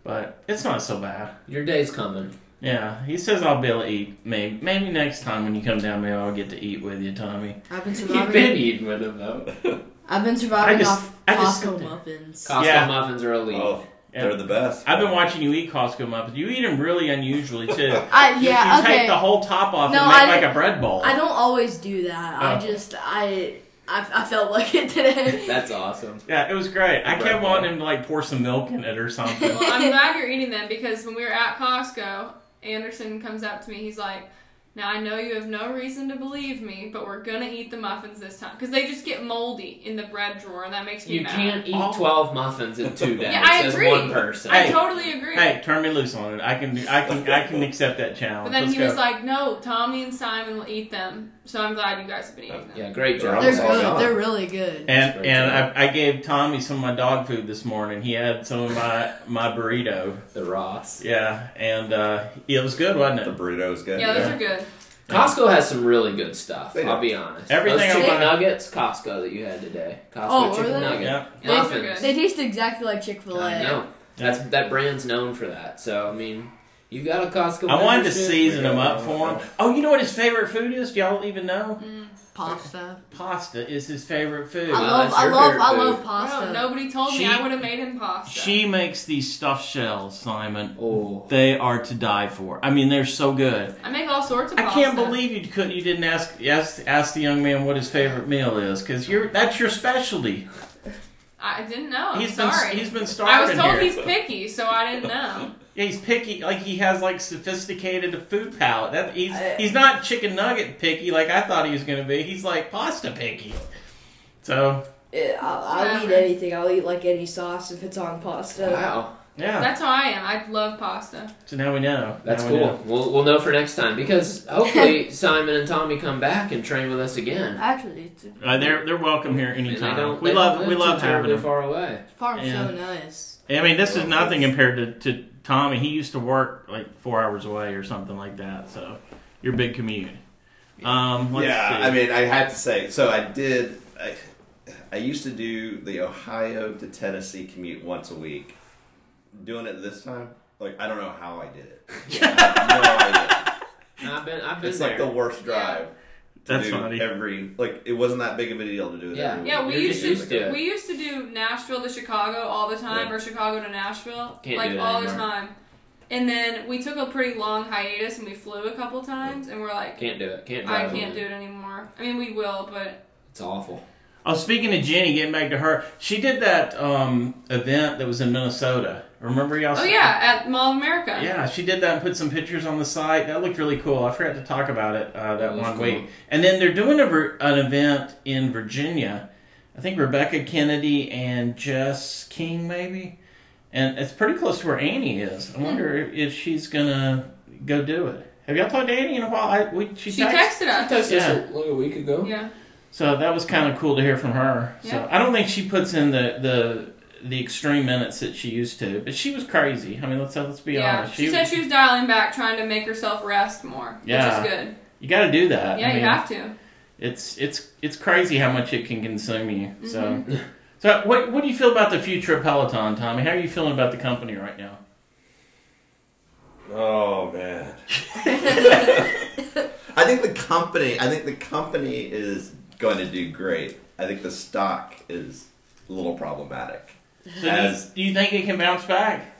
[SPEAKER 2] but it's not so bad.
[SPEAKER 1] Your day's coming.
[SPEAKER 2] Yeah, he says I'll be able to eat. Maybe maybe next time when you come down, maybe I'll get to eat with you, Tommy.
[SPEAKER 5] I've been
[SPEAKER 1] You've
[SPEAKER 5] surviving.
[SPEAKER 1] been eating with him though.
[SPEAKER 5] I've been
[SPEAKER 2] I
[SPEAKER 5] surviving
[SPEAKER 2] just-
[SPEAKER 5] off
[SPEAKER 2] I just
[SPEAKER 5] Costco
[SPEAKER 2] sit there.
[SPEAKER 5] muffins.
[SPEAKER 1] Costco
[SPEAKER 2] Yeah.
[SPEAKER 1] muffins are elite.
[SPEAKER 4] Oh,
[SPEAKER 2] Yeah.
[SPEAKER 4] they're the best.
[SPEAKER 2] I've been watching you eat Costco muffins. You eat them really unusually too.
[SPEAKER 5] I,
[SPEAKER 2] You-
[SPEAKER 5] yeah,
[SPEAKER 2] you
[SPEAKER 5] okay.
[SPEAKER 2] take the whole top off
[SPEAKER 5] No,
[SPEAKER 2] and make
[SPEAKER 5] I-
[SPEAKER 2] like a bread bowl.
[SPEAKER 5] I don't always do that. I
[SPEAKER 2] Oh.
[SPEAKER 5] just I, I I felt like it today.
[SPEAKER 1] That's awesome.
[SPEAKER 2] yeah, it was great. I
[SPEAKER 1] Bread
[SPEAKER 2] kept
[SPEAKER 1] bowl.
[SPEAKER 2] wanting him to like pour some milk in it or something.
[SPEAKER 3] well, I'm glad you're eating them because when we were at Costco, Anderson comes up to me. He's like, "Now I know you have no reason to believe me, but we're gonna eat the muffins this time because they just get moldy in the bread drawer, and that makes me
[SPEAKER 1] You
[SPEAKER 3] mad."
[SPEAKER 1] can't eat
[SPEAKER 2] All-
[SPEAKER 1] twelve muffins in two days
[SPEAKER 3] Yeah, I
[SPEAKER 1] as
[SPEAKER 3] agree.
[SPEAKER 1] one person.
[SPEAKER 3] I
[SPEAKER 2] Hey.
[SPEAKER 3] totally agree.
[SPEAKER 2] hey, turn me loose on it. I can, do, I can, I can accept that challenge.
[SPEAKER 3] But then
[SPEAKER 2] Let's
[SPEAKER 3] he
[SPEAKER 2] Oh, go.
[SPEAKER 3] was like, "No, Tommy and Simon will eat them." So I'm glad you guys have been eating them.
[SPEAKER 1] yeah, great
[SPEAKER 4] They're
[SPEAKER 1] job.
[SPEAKER 5] They're
[SPEAKER 4] almost all
[SPEAKER 5] good.
[SPEAKER 4] gone.
[SPEAKER 5] They're really good.
[SPEAKER 2] and
[SPEAKER 1] That's
[SPEAKER 2] and
[SPEAKER 1] great.
[SPEAKER 2] I, I gave Tommy some of my dog food this morning. He had some of my my burrito.
[SPEAKER 1] The Ross.
[SPEAKER 2] Yeah, and uh, it was good, wasn't
[SPEAKER 4] The
[SPEAKER 2] it?
[SPEAKER 4] burrito's good.
[SPEAKER 3] Yeah, those are good.
[SPEAKER 1] Costco has some really good stuff.
[SPEAKER 4] They do.
[SPEAKER 1] I'll be honest.
[SPEAKER 2] Everything
[SPEAKER 1] Those
[SPEAKER 2] I
[SPEAKER 1] chicken
[SPEAKER 2] want-
[SPEAKER 1] nuggets, Cosco that you had today. Costco
[SPEAKER 5] Oh, were
[SPEAKER 1] chicken
[SPEAKER 5] they?
[SPEAKER 1] nugget
[SPEAKER 2] Yeah.
[SPEAKER 3] Yeah, those are
[SPEAKER 1] muffins.
[SPEAKER 3] good.
[SPEAKER 5] They taste exactly like Chick Fil
[SPEAKER 1] I
[SPEAKER 5] A.
[SPEAKER 1] know. That's that brand's known for that. So I mean, you got a Costco.
[SPEAKER 2] I wanted to
[SPEAKER 1] membership.
[SPEAKER 2] season him up for him. Oh, you know what his favorite food is? Y'all even know?
[SPEAKER 5] Pasta.
[SPEAKER 2] Pasta is his favorite food.
[SPEAKER 5] I love,
[SPEAKER 1] that's
[SPEAKER 5] I
[SPEAKER 1] your
[SPEAKER 5] love,
[SPEAKER 1] favorite
[SPEAKER 5] I love
[SPEAKER 1] food.
[SPEAKER 5] pasta.
[SPEAKER 3] No, nobody told
[SPEAKER 2] She-
[SPEAKER 3] me I would have made him pasta.
[SPEAKER 2] She makes these stuffed shells, Simon.
[SPEAKER 1] Oh,
[SPEAKER 2] They are to die for. I mean, they're so good.
[SPEAKER 3] I make all sorts of
[SPEAKER 2] I
[SPEAKER 3] pasta.
[SPEAKER 2] can't believe you couldn't. You didn't ask ask, ask the young man what his favorite meal is because you're that's your specialty.
[SPEAKER 3] I didn't know. Oh, I'm
[SPEAKER 2] He's been
[SPEAKER 3] sorry.
[SPEAKER 2] he's been
[SPEAKER 3] I was
[SPEAKER 2] starving
[SPEAKER 3] told
[SPEAKER 2] here.
[SPEAKER 3] he's picky, so I didn't know.
[SPEAKER 2] Yeah, he's picky. Like he has like sophisticated food palate. That he's
[SPEAKER 3] Uh,
[SPEAKER 5] I-
[SPEAKER 2] he's not chicken nugget picky like I thought he was gonna be. He's like pasta picky. So
[SPEAKER 5] Yeah, I'll, I'll eat
[SPEAKER 3] Whatever.
[SPEAKER 5] anything. I'll eat like any sauce if it's on pasta.
[SPEAKER 1] wow,
[SPEAKER 2] yeah.
[SPEAKER 3] That's how I am. I love pasta.
[SPEAKER 2] So now we know.
[SPEAKER 1] that's
[SPEAKER 2] Now we
[SPEAKER 1] cool.
[SPEAKER 2] know.
[SPEAKER 1] We'll we'll know for next time because hopefully Simon and Tommy come back and train with us again.
[SPEAKER 5] Actually, it's,
[SPEAKER 2] Uh, they're they're welcome here
[SPEAKER 1] And they
[SPEAKER 2] anytime.
[SPEAKER 1] don't,
[SPEAKER 2] We
[SPEAKER 1] they
[SPEAKER 2] love
[SPEAKER 1] don't
[SPEAKER 2] we
[SPEAKER 1] live
[SPEAKER 2] love
[SPEAKER 1] too
[SPEAKER 2] having
[SPEAKER 1] terribly
[SPEAKER 2] them.
[SPEAKER 1] far away.
[SPEAKER 5] farm's
[SPEAKER 2] Yeah.
[SPEAKER 5] so nice.
[SPEAKER 2] I mean, this is nothing compared to, to Tommy. He used to work like four hours away or something like that. So your big commute. Um, let's
[SPEAKER 4] yeah,
[SPEAKER 2] see.
[SPEAKER 4] I mean, I had to say. So I did. I, I used to do the Ohio to Tennessee commute once a week. Doing it this time, like I don't know how I did it. I have no idea.
[SPEAKER 1] I've been I've been
[SPEAKER 4] It's
[SPEAKER 1] there.
[SPEAKER 4] like the worst drive. to
[SPEAKER 2] That's
[SPEAKER 4] do
[SPEAKER 2] funny.
[SPEAKER 4] Every like, it wasn't that big of a deal to do it.
[SPEAKER 1] Yeah.
[SPEAKER 4] every
[SPEAKER 3] Yeah, we
[SPEAKER 4] week.
[SPEAKER 1] You're just
[SPEAKER 3] used to
[SPEAKER 1] used to it.
[SPEAKER 3] we used to do Nashville to Chicago all the time,
[SPEAKER 4] Yeah.
[SPEAKER 3] or Chicago to Nashville,
[SPEAKER 1] Can't
[SPEAKER 3] like
[SPEAKER 1] do that
[SPEAKER 3] all the
[SPEAKER 1] anymore.
[SPEAKER 3] time. And then we took a pretty long hiatus, and we flew a couple times, and we're like,
[SPEAKER 1] can't do it. Can't
[SPEAKER 3] I
[SPEAKER 1] drive.
[SPEAKER 3] can't do it anymore. I mean, we will, but
[SPEAKER 1] It's awful.
[SPEAKER 2] Oh, speaking of Jenny, getting back to her, she did that um, event that was in Minnesota. Remember y'all?
[SPEAKER 3] oh yeah, at Mall of America.
[SPEAKER 2] Yeah, she did that and put some pictures on the site. That looked really cool. I forgot to talk about it uh, that
[SPEAKER 1] That was
[SPEAKER 2] one
[SPEAKER 1] cool.
[SPEAKER 2] week. And then they're doing a, ver- an event in Virginia. I think Rebecca Kennedy and Jess King, maybe. And it's pretty close to where Annie is. I wonder
[SPEAKER 3] Hmm.
[SPEAKER 2] if she's gonna go do it. Have y'all talked to Annie in a while? I, we, she,
[SPEAKER 3] She
[SPEAKER 2] texted.
[SPEAKER 3] texted us.
[SPEAKER 1] Texted
[SPEAKER 2] Yeah.
[SPEAKER 1] us like a week ago.
[SPEAKER 3] Yeah.
[SPEAKER 2] So that was kind of cool to hear from her.
[SPEAKER 3] Yeah.
[SPEAKER 2] So I don't think she puts in the the the extreme minutes that she used to, but she was crazy. I mean, let's let's be
[SPEAKER 3] yeah.
[SPEAKER 2] honest.
[SPEAKER 3] She, said she was dialing back, trying to make herself rest more,
[SPEAKER 2] Yeah.
[SPEAKER 3] which is good.
[SPEAKER 2] you got to do that. I
[SPEAKER 3] Yeah,
[SPEAKER 2] mean,
[SPEAKER 3] you have to.
[SPEAKER 2] It's it's it's crazy how much it can consume you. So. So what what do you feel about the future of Peloton, Tommy? How are you feeling about the company right now?
[SPEAKER 4] Oh man. I think the company. I think the company is going to do great. I think the stock is a little problematic.
[SPEAKER 2] So do, you,
[SPEAKER 4] As-
[SPEAKER 2] do you think it can bounce back?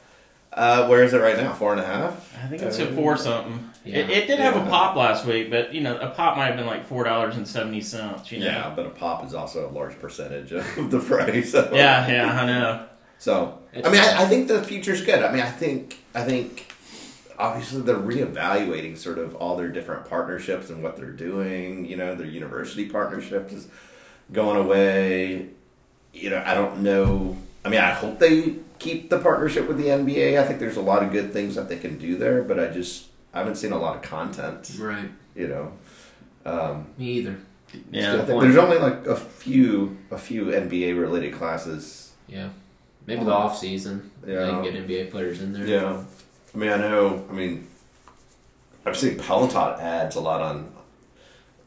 [SPEAKER 4] Uh, where is it right now? Four and a half.
[SPEAKER 2] I think it's
[SPEAKER 4] Uh,
[SPEAKER 2] at four something.
[SPEAKER 1] Yeah.
[SPEAKER 2] It, it did have a
[SPEAKER 4] Yeah.
[SPEAKER 2] pop last week, but you know a pop might have been like four dollars and seventy cents. You know.
[SPEAKER 4] Yeah, but a pop is also a large percentage of the price. So.
[SPEAKER 2] Yeah, yeah, I know.
[SPEAKER 4] So
[SPEAKER 1] It's-
[SPEAKER 4] I mean, I, I think the future's good. I mean, I think I think obviously they're reevaluating sort of all their different partnerships and what they're doing. You know, their university partnerships is going away. You know, I don't know. I mean, I hope they keep the partnership with the NBA. I think there's a lot of good things that they can do there, but I just I haven't seen a lot of content.
[SPEAKER 1] Right.
[SPEAKER 4] You know. Um,
[SPEAKER 1] Me either.
[SPEAKER 4] so I
[SPEAKER 2] Yeah.
[SPEAKER 4] think there's only like a few, a few NBA related classes.
[SPEAKER 1] Yeah. Maybe the off season.
[SPEAKER 4] Yeah.
[SPEAKER 1] They can get NBA players in there.
[SPEAKER 4] Yeah, I mean, I know. I mean, I've seen Peloton ads a lot on,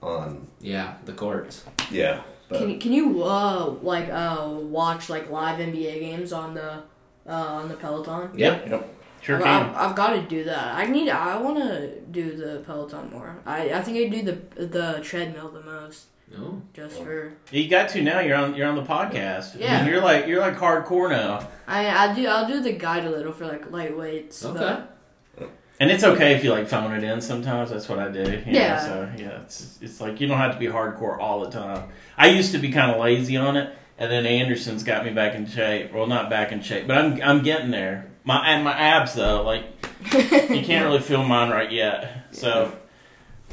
[SPEAKER 4] on
[SPEAKER 1] Yeah, the courts.
[SPEAKER 4] yeah. But
[SPEAKER 5] Can can you uh like uh watch like live NBA games on the uh on the Peloton?
[SPEAKER 2] Yep.
[SPEAKER 4] Yep.
[SPEAKER 2] Sure
[SPEAKER 5] I've,
[SPEAKER 2] can.
[SPEAKER 5] I've, got to do that. I need. I want to do the Peloton more. I, I think I do the the treadmill the most,
[SPEAKER 1] No.
[SPEAKER 5] just for.
[SPEAKER 2] You got to now. You're on. You're on the podcast.
[SPEAKER 5] Yeah.
[SPEAKER 2] And you're like you're like hardcore now,
[SPEAKER 5] I I do. I'll do the guide a little for like lightweights.
[SPEAKER 1] Okay.
[SPEAKER 5] But
[SPEAKER 2] and it's okay if you like phone it in sometimes. That's what I do. you know,
[SPEAKER 5] Yeah.
[SPEAKER 2] so yeah, it's it's like you don't have to be hardcore all the time. I used to be kind of lazy on it, and then Anderson's got me back in shape. Well, not back in shape, but I'm I'm getting there. My and my abs though, like you can't really feel mine right yet. So,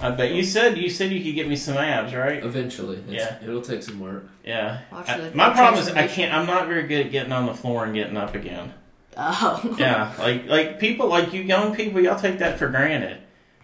[SPEAKER 2] I bet you said you said you could get me some abs, right?
[SPEAKER 1] Eventually. It's,
[SPEAKER 2] Yeah.
[SPEAKER 1] It'll take some work.
[SPEAKER 2] Yeah.
[SPEAKER 5] Watch
[SPEAKER 2] I-
[SPEAKER 5] the
[SPEAKER 2] my problem is I
[SPEAKER 5] transformation.
[SPEAKER 2] can't. I'm not very good at getting on the floor and getting up again.
[SPEAKER 5] Oh.
[SPEAKER 2] Yeah, like like people like you young people, y'all take that for granted.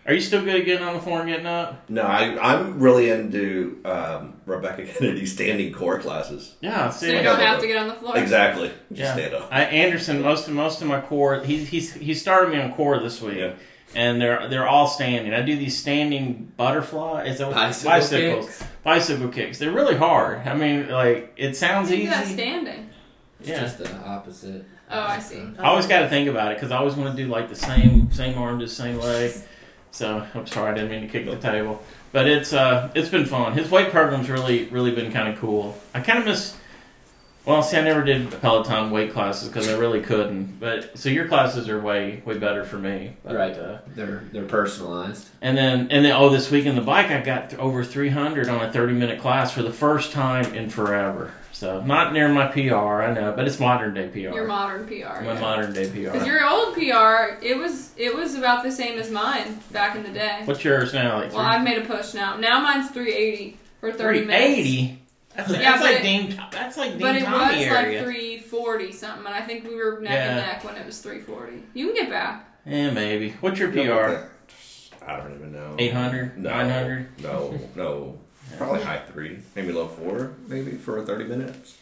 [SPEAKER 2] Are you still good at getting on the floor and getting up?
[SPEAKER 4] No, I I'm really into um, Rebecca Kennedy standing core classes.
[SPEAKER 2] Yeah,
[SPEAKER 3] So
[SPEAKER 2] see.
[SPEAKER 3] you don't have to get on the floor.
[SPEAKER 4] Exactly.
[SPEAKER 2] Oh, yeah.
[SPEAKER 4] Just stand up.
[SPEAKER 2] I, Anderson, most of most of my core, he's he's he started me on core this week,
[SPEAKER 4] Yeah.
[SPEAKER 2] and they're they're all standing. I do these standing butterfly, is that what-
[SPEAKER 1] Bicycle
[SPEAKER 2] bicycles,
[SPEAKER 1] kicks.
[SPEAKER 2] bicycle kicks. They're really hard. I mean, like it sounds
[SPEAKER 3] You do that
[SPEAKER 2] easy.
[SPEAKER 3] standing.
[SPEAKER 6] It's
[SPEAKER 2] Yeah.
[SPEAKER 6] just the opposite.
[SPEAKER 3] Oh, I see.
[SPEAKER 2] I always got to think about it because I always want to do like the same same arm to the same leg. So I'm sorry, I didn't mean to kick the table, but it's uh it's been fun. His weight program's really really been kind of cool. I kind of miss. Well, see, I never did Peloton weight classes because I really couldn't. But so your classes are way way better for me, but,
[SPEAKER 6] Right.
[SPEAKER 2] Uh,
[SPEAKER 6] They're they're personalized.
[SPEAKER 2] and then and then oh, this week in the bike, I got th- over 300 on a 30 minute class for the first time in forever. So not near my PR, I know, but it's modern day PR.
[SPEAKER 3] Your modern PR.
[SPEAKER 2] my modern day PR.
[SPEAKER 3] Because your old PR, it was it was about the same as mine back in the day.
[SPEAKER 2] What's yours now? Like
[SPEAKER 3] Well, I've made a push now. Now mine's 380 for 30
[SPEAKER 2] three
[SPEAKER 3] minutes.
[SPEAKER 2] eighty. That's,
[SPEAKER 3] Yeah,
[SPEAKER 2] that's
[SPEAKER 3] but
[SPEAKER 2] like
[SPEAKER 3] it-
[SPEAKER 2] Dean. That's like Dean
[SPEAKER 3] But it
[SPEAKER 2] Tommy
[SPEAKER 3] was like
[SPEAKER 2] area.
[SPEAKER 3] 340 something, and I think we were neck and
[SPEAKER 2] Yeah.
[SPEAKER 3] neck when it was 340. You can get back.
[SPEAKER 2] yeah, maybe. What's your PR?
[SPEAKER 4] I don't even know.
[SPEAKER 2] 800?
[SPEAKER 4] No.
[SPEAKER 2] 900?
[SPEAKER 4] No, no. Probably high three, maybe low four, maybe for 30 minutes.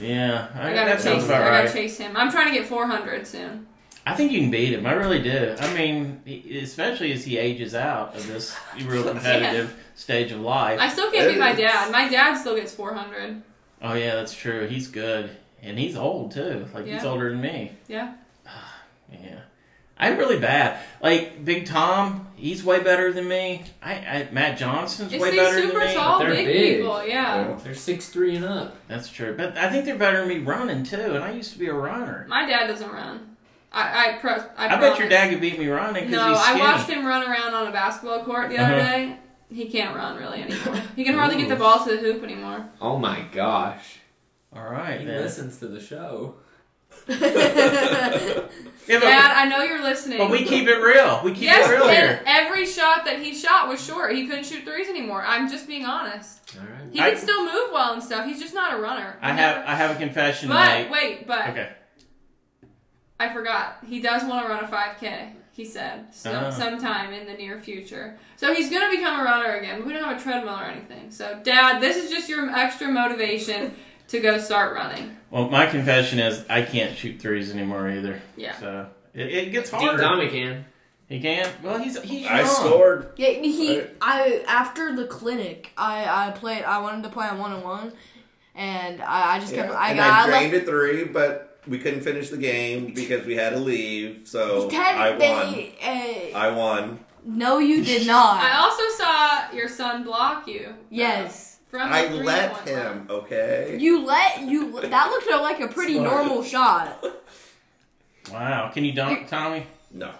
[SPEAKER 2] Yeah, I,
[SPEAKER 3] I gotta
[SPEAKER 2] that sounds
[SPEAKER 3] chase.
[SPEAKER 2] about
[SPEAKER 3] I gotta
[SPEAKER 2] right.
[SPEAKER 3] chase him. I'm trying to get 400 soon.
[SPEAKER 2] I think you can beat him. I really do. I mean, he- especially as he ages out of this real competitive stage of life.
[SPEAKER 3] I still can't beat my
[SPEAKER 4] It's-
[SPEAKER 3] dad. My dad still gets 400.
[SPEAKER 2] Oh yeah, that's true. He's good, and he's old too. Like he's
[SPEAKER 3] Yeah.
[SPEAKER 2] older than me.
[SPEAKER 3] Yeah.
[SPEAKER 2] Yeah. I'm really bad. Like Big Tom, he's way better than me. I, I Matt Johnson's
[SPEAKER 3] It's
[SPEAKER 2] way
[SPEAKER 3] these
[SPEAKER 2] better than
[SPEAKER 3] super
[SPEAKER 2] me.
[SPEAKER 3] tall
[SPEAKER 6] they're
[SPEAKER 3] big,
[SPEAKER 6] big.
[SPEAKER 3] people. Yeah.
[SPEAKER 6] They're six three and up.
[SPEAKER 2] That's true. But I think they're better than me running too, and I used to be a runner.
[SPEAKER 3] My dad doesn't run. I I, pro- I,
[SPEAKER 2] I, bet your
[SPEAKER 3] promise.
[SPEAKER 2] dad could beat me running because
[SPEAKER 3] No,
[SPEAKER 2] he's
[SPEAKER 3] I
[SPEAKER 2] skinny.
[SPEAKER 3] watched him run around on a basketball court the other
[SPEAKER 2] Uh-huh.
[SPEAKER 3] day. He can't run really anymore. He can hardly get the ball to the hoop anymore.
[SPEAKER 6] Oh my gosh.
[SPEAKER 2] All
[SPEAKER 6] He
[SPEAKER 2] right, then.
[SPEAKER 6] listens to the show.
[SPEAKER 2] Yeah, but,
[SPEAKER 3] Dad, I know you're listening.
[SPEAKER 2] but we keep it real. We keep
[SPEAKER 3] yes,
[SPEAKER 2] it real
[SPEAKER 3] and
[SPEAKER 2] here.
[SPEAKER 3] every shot that he shot was short. He couldn't shoot threes anymore. I'm just being honest.
[SPEAKER 6] All right.
[SPEAKER 3] He
[SPEAKER 2] I-
[SPEAKER 3] can still move well and stuff. He's just not a runner.
[SPEAKER 2] I have I have a confession to
[SPEAKER 3] But
[SPEAKER 2] make.
[SPEAKER 3] wait, but
[SPEAKER 2] Okay.
[SPEAKER 3] I forgot. He does want to run a 5K. He said so,
[SPEAKER 2] Ah.
[SPEAKER 3] sometime in the near future. So he's going to become a runner again. We don't have a treadmill or anything. So, Dad, this is just your extra motivation to go start running.
[SPEAKER 2] Well, my confession is I can't shoot threes anymore either.
[SPEAKER 3] Yeah.
[SPEAKER 2] So it, it gets
[SPEAKER 1] Dean
[SPEAKER 2] harder.
[SPEAKER 1] Tommy can.
[SPEAKER 2] He can't. Well, he's he's young.
[SPEAKER 4] I scored.
[SPEAKER 5] Yeah, and he. I after the clinic, I I played. I wanted to play on one on one, and I, I just kept.
[SPEAKER 4] yeah,
[SPEAKER 5] I
[SPEAKER 4] and
[SPEAKER 5] got.
[SPEAKER 4] I
[SPEAKER 5] I
[SPEAKER 4] drained it three, but we couldn't finish the game because we had to leave. So
[SPEAKER 5] left,
[SPEAKER 4] I won.
[SPEAKER 5] They, uh,
[SPEAKER 4] I won.
[SPEAKER 5] no, you did
[SPEAKER 3] I
[SPEAKER 5] not.
[SPEAKER 3] also saw your son block you.
[SPEAKER 5] Uh, yes,
[SPEAKER 3] From the
[SPEAKER 4] I
[SPEAKER 3] three
[SPEAKER 4] let
[SPEAKER 3] point line.
[SPEAKER 4] him. Okay.
[SPEAKER 5] you let you. That looked like a pretty
[SPEAKER 6] Smart.
[SPEAKER 5] normal shot.
[SPEAKER 2] Wow. Can you dunk, Tommy?
[SPEAKER 4] No.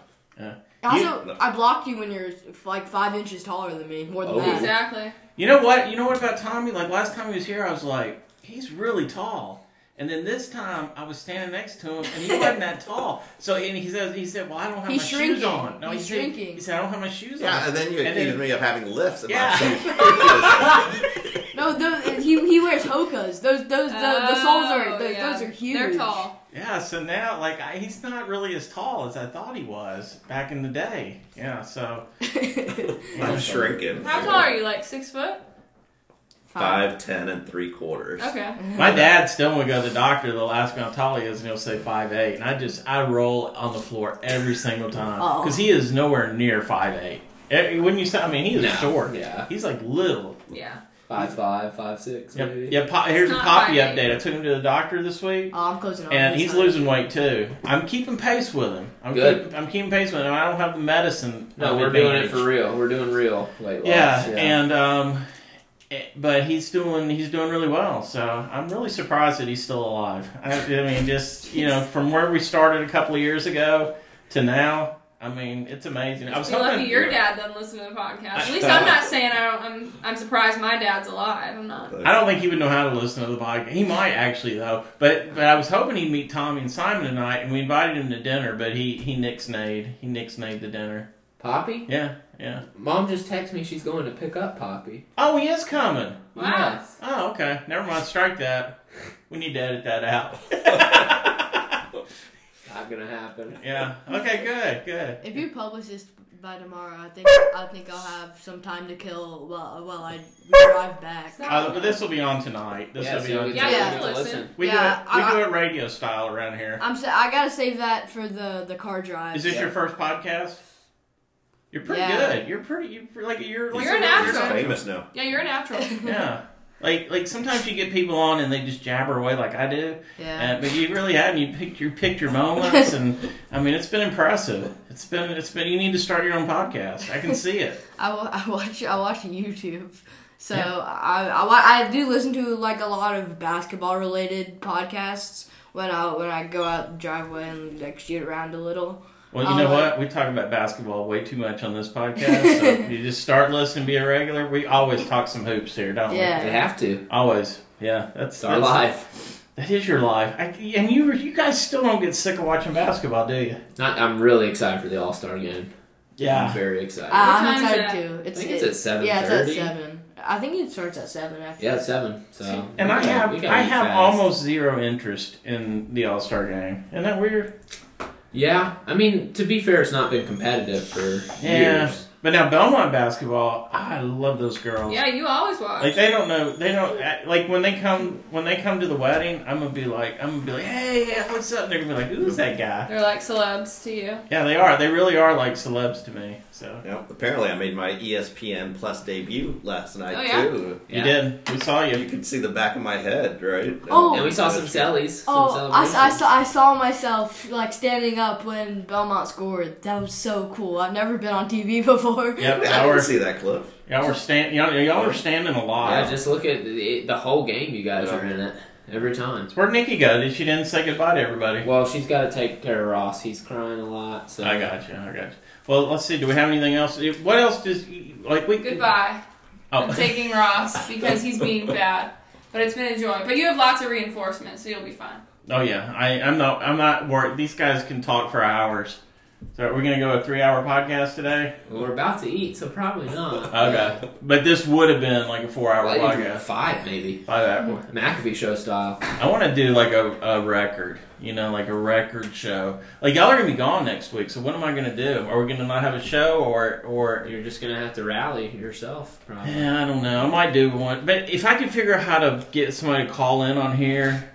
[SPEAKER 5] Also,
[SPEAKER 4] You-
[SPEAKER 5] I blocked you when you're like five inches taller than me. More than
[SPEAKER 4] Oh.
[SPEAKER 5] that.
[SPEAKER 3] Exactly.
[SPEAKER 2] You know what? You know what about Tommy? Like last time he was here, I was like, he's really tall. And then this time, I was standing next to him, and he wasn't that tall. So and he said, he said, well, I don't have
[SPEAKER 5] He's
[SPEAKER 2] my shoes
[SPEAKER 5] shrinking.
[SPEAKER 2] on. No,
[SPEAKER 5] He's
[SPEAKER 2] he said,
[SPEAKER 5] shrinking.
[SPEAKER 2] He said, I don't have my shoes on.
[SPEAKER 4] Yeah, and then you
[SPEAKER 2] And
[SPEAKER 4] accused
[SPEAKER 2] then-
[SPEAKER 4] me of having lifts. And
[SPEAKER 2] Yeah.
[SPEAKER 4] I'm so
[SPEAKER 5] No, those, he he wears hokas. Those those the, the soles are
[SPEAKER 3] Oh,
[SPEAKER 5] those,
[SPEAKER 3] yeah.
[SPEAKER 5] those are huge.
[SPEAKER 3] They're tall.
[SPEAKER 2] Yeah. So now, like, I, he's not really as tall as I thought he was back in the day. Yeah. So
[SPEAKER 4] I'm shrinking.
[SPEAKER 3] How tall are you? Like six foot?
[SPEAKER 4] Five, ten, and three quarters.
[SPEAKER 3] Okay.
[SPEAKER 2] My dad still when we go to the doctor, they'll ask him how tall he is, and he'll say five eight, and I just I roll on the floor every single time
[SPEAKER 5] Oh.
[SPEAKER 2] because he is nowhere near five eight. Eh, Wouldn't you say? I mean, he is
[SPEAKER 6] No,
[SPEAKER 2] short.
[SPEAKER 6] yeah.
[SPEAKER 2] he's like little.
[SPEAKER 3] Yeah.
[SPEAKER 6] Five five five six. maybe.
[SPEAKER 2] Yep. Yeah. Pop, here's a
[SPEAKER 3] not
[SPEAKER 2] poppy
[SPEAKER 3] 5'8".
[SPEAKER 2] update. I took him to the doctor this week,
[SPEAKER 5] Oh, I'm closing off.
[SPEAKER 2] and
[SPEAKER 5] this
[SPEAKER 2] he's
[SPEAKER 5] time.
[SPEAKER 2] losing weight too. I'm keeping pace with him. I'm
[SPEAKER 6] Good.
[SPEAKER 2] Keep, I'm keeping pace with him. I don't have the medicine.
[SPEAKER 6] No,
[SPEAKER 2] of
[SPEAKER 6] we're doing it
[SPEAKER 2] advantage.
[SPEAKER 6] for real. We're doing real weight loss.
[SPEAKER 2] Yeah, and um, eh, but he's doing he's doing really well. So I'm really surprised that he's still alive. I, I mean, just you know, from where we started a couple of years ago to now, I mean, it's amazing. I was
[SPEAKER 3] You're lucky
[SPEAKER 2] hoping
[SPEAKER 3] your dad doesn't listen to the podcast. At
[SPEAKER 2] I-
[SPEAKER 3] least I'm not saying I don't. I'm. I'm surprised my dad's alive. I'm not.
[SPEAKER 2] I don't think he would know how to listen to the podcast. He might actually though, but but I was hoping he'd meet Tommy and Simon tonight, and we invited him to dinner, but he he nixnayed he nixnayed the dinner.
[SPEAKER 6] Poppy?
[SPEAKER 2] Yeah, yeah.
[SPEAKER 6] Mom just texted me she's going to pick up Poppy.
[SPEAKER 2] Oh, he is coming.
[SPEAKER 3] Wow.
[SPEAKER 6] Yes.
[SPEAKER 2] Oh, okay. Never mind. Strike that. We need to edit that out.
[SPEAKER 6] Not gonna happen.
[SPEAKER 2] Yeah. Okay. Good. Good.
[SPEAKER 5] If you publish this by tomorrow, I think I think I'll have some time to kill while while I drive back.
[SPEAKER 2] Uh, but this will be on tonight. This
[SPEAKER 6] yeah,
[SPEAKER 2] will
[SPEAKER 6] so
[SPEAKER 2] be
[SPEAKER 6] you
[SPEAKER 2] on.
[SPEAKER 6] can
[SPEAKER 3] Yeah,
[SPEAKER 6] take
[SPEAKER 5] yeah.
[SPEAKER 6] it to
[SPEAKER 3] Listen.
[SPEAKER 6] listen.
[SPEAKER 2] We
[SPEAKER 5] Yeah,
[SPEAKER 2] do it. We
[SPEAKER 5] I-
[SPEAKER 2] do it radio style around here.
[SPEAKER 5] I'm sa- I gotta save that for the the car drive.
[SPEAKER 2] Is this your first podcast? You're pretty
[SPEAKER 5] Uh, Yeah.
[SPEAKER 2] good. You're pretty. You're like you're like
[SPEAKER 3] You're an
[SPEAKER 2] a-
[SPEAKER 3] actor.
[SPEAKER 4] famous now.
[SPEAKER 3] Yeah, you're a natural.
[SPEAKER 2] Yeah. Like like sometimes you get people on and they just jabber away like I do,
[SPEAKER 5] Yeah.
[SPEAKER 2] uh, but you really have and you picked your picked your moments and I mean it's been impressive. It's been it's been you need to start your own podcast. I can see it.
[SPEAKER 5] I, wa- I watch I watch YouTube. So
[SPEAKER 2] Yeah.
[SPEAKER 5] I, I wa- I do listen to like a lot of basketball related podcasts when I when I go out the driveway and like shoot around a little.
[SPEAKER 2] Well, you know
[SPEAKER 5] Uh,
[SPEAKER 2] what? We talk about basketball way too much on this podcast. So if you just start listening, be a regular. We always talk some hoops here, don't
[SPEAKER 5] Yeah.
[SPEAKER 1] They have to.
[SPEAKER 2] we? Always. Yeah, that's
[SPEAKER 1] It's our
[SPEAKER 2] that's-
[SPEAKER 1] life.
[SPEAKER 2] That is your life. I, and you you guys still don't get sick of watching basketball, do you?
[SPEAKER 1] Not, I'm really excited for the All Star game. I'm very excited.
[SPEAKER 5] Uh, I'm
[SPEAKER 3] time's
[SPEAKER 5] excited
[SPEAKER 3] that?
[SPEAKER 5] too.
[SPEAKER 1] I think it's at seven
[SPEAKER 5] yeah, it's at
[SPEAKER 1] thirty.
[SPEAKER 5] seven. I think it starts at seven. Actually.
[SPEAKER 1] Yeah, it's seven. So
[SPEAKER 2] And
[SPEAKER 1] Oh. we
[SPEAKER 2] I
[SPEAKER 1] gotta-
[SPEAKER 2] have
[SPEAKER 1] we gotta
[SPEAKER 2] I
[SPEAKER 1] eat
[SPEAKER 2] have
[SPEAKER 1] fast.
[SPEAKER 2] almost zero interest in the All Star game. Isn't that weird?
[SPEAKER 1] Yeah, I mean to be fair, it's not been competitive for
[SPEAKER 2] Yeah.
[SPEAKER 1] years.
[SPEAKER 2] But now Belmont basketball, I love those girls.
[SPEAKER 3] Yeah, you always watch.
[SPEAKER 2] Like they don't know, they don't act- like when they come when they come to the wedding. I'm gonna be like, I'm gonna be like, hey, yeah, what's up? And they're gonna be like, who's that guy?
[SPEAKER 3] They're like celebs to you.
[SPEAKER 2] Yeah, they are. They really are like celebs to me. So
[SPEAKER 4] Yeah, apparently, I made my E ESPN Plus debut last night
[SPEAKER 3] Oh, yeah?
[SPEAKER 4] too.
[SPEAKER 1] Yeah.
[SPEAKER 2] you did. We saw
[SPEAKER 4] You
[SPEAKER 2] you.
[SPEAKER 4] can see the back of my head, right?
[SPEAKER 5] Oh.
[SPEAKER 1] And we saw some sellies. some
[SPEAKER 5] Oh, I, s- I
[SPEAKER 1] celebrations.
[SPEAKER 5] saw I saw myself like standing up when Belmont scored. That was so cool. I've never been on TV before.
[SPEAKER 2] Yep,
[SPEAKER 4] Yeah, I
[SPEAKER 2] y'all
[SPEAKER 4] can
[SPEAKER 2] were,
[SPEAKER 4] see that clip.
[SPEAKER 2] y'all were standing. Y'all, y'all were standing a lot.
[SPEAKER 1] Yeah, just look at the, the whole game. You guys are in it every time.
[SPEAKER 2] Where'd Nikki go? Did she didn't say goodbye to everybody?
[SPEAKER 1] Well, she's got to take care of Ross. He's crying a lot. So
[SPEAKER 2] I got you. I got you. Well, let's see. Do we have anything else? If- What else does like we?
[SPEAKER 3] Goodbye. I'm
[SPEAKER 2] Oh,
[SPEAKER 3] taking Ross because he's being bad. But it's been a joy. But you have lots of reinforcement, so you'll be fine.
[SPEAKER 2] oh yeah. I, I'm not. I'm not worried. These guys can talk for hours. So are we gonna go a three-hour podcast today?
[SPEAKER 1] Well, we're about to eat, so probably not.
[SPEAKER 2] Okay. But this would have been like a four-hour
[SPEAKER 1] Well, I need
[SPEAKER 2] podcast.
[SPEAKER 1] five maybe.
[SPEAKER 2] By that point,
[SPEAKER 1] McAfee show style.
[SPEAKER 2] I want to do like a, a record. You know, like a record show. Like y'all are gonna be gone next week. So what am I gonna do? Are we gonna not have a show or or
[SPEAKER 1] You're just gonna have to rally yourself, probably.
[SPEAKER 2] Yeah, I don't know. I might do one, but if I can figure out how to get somebody to call in on here,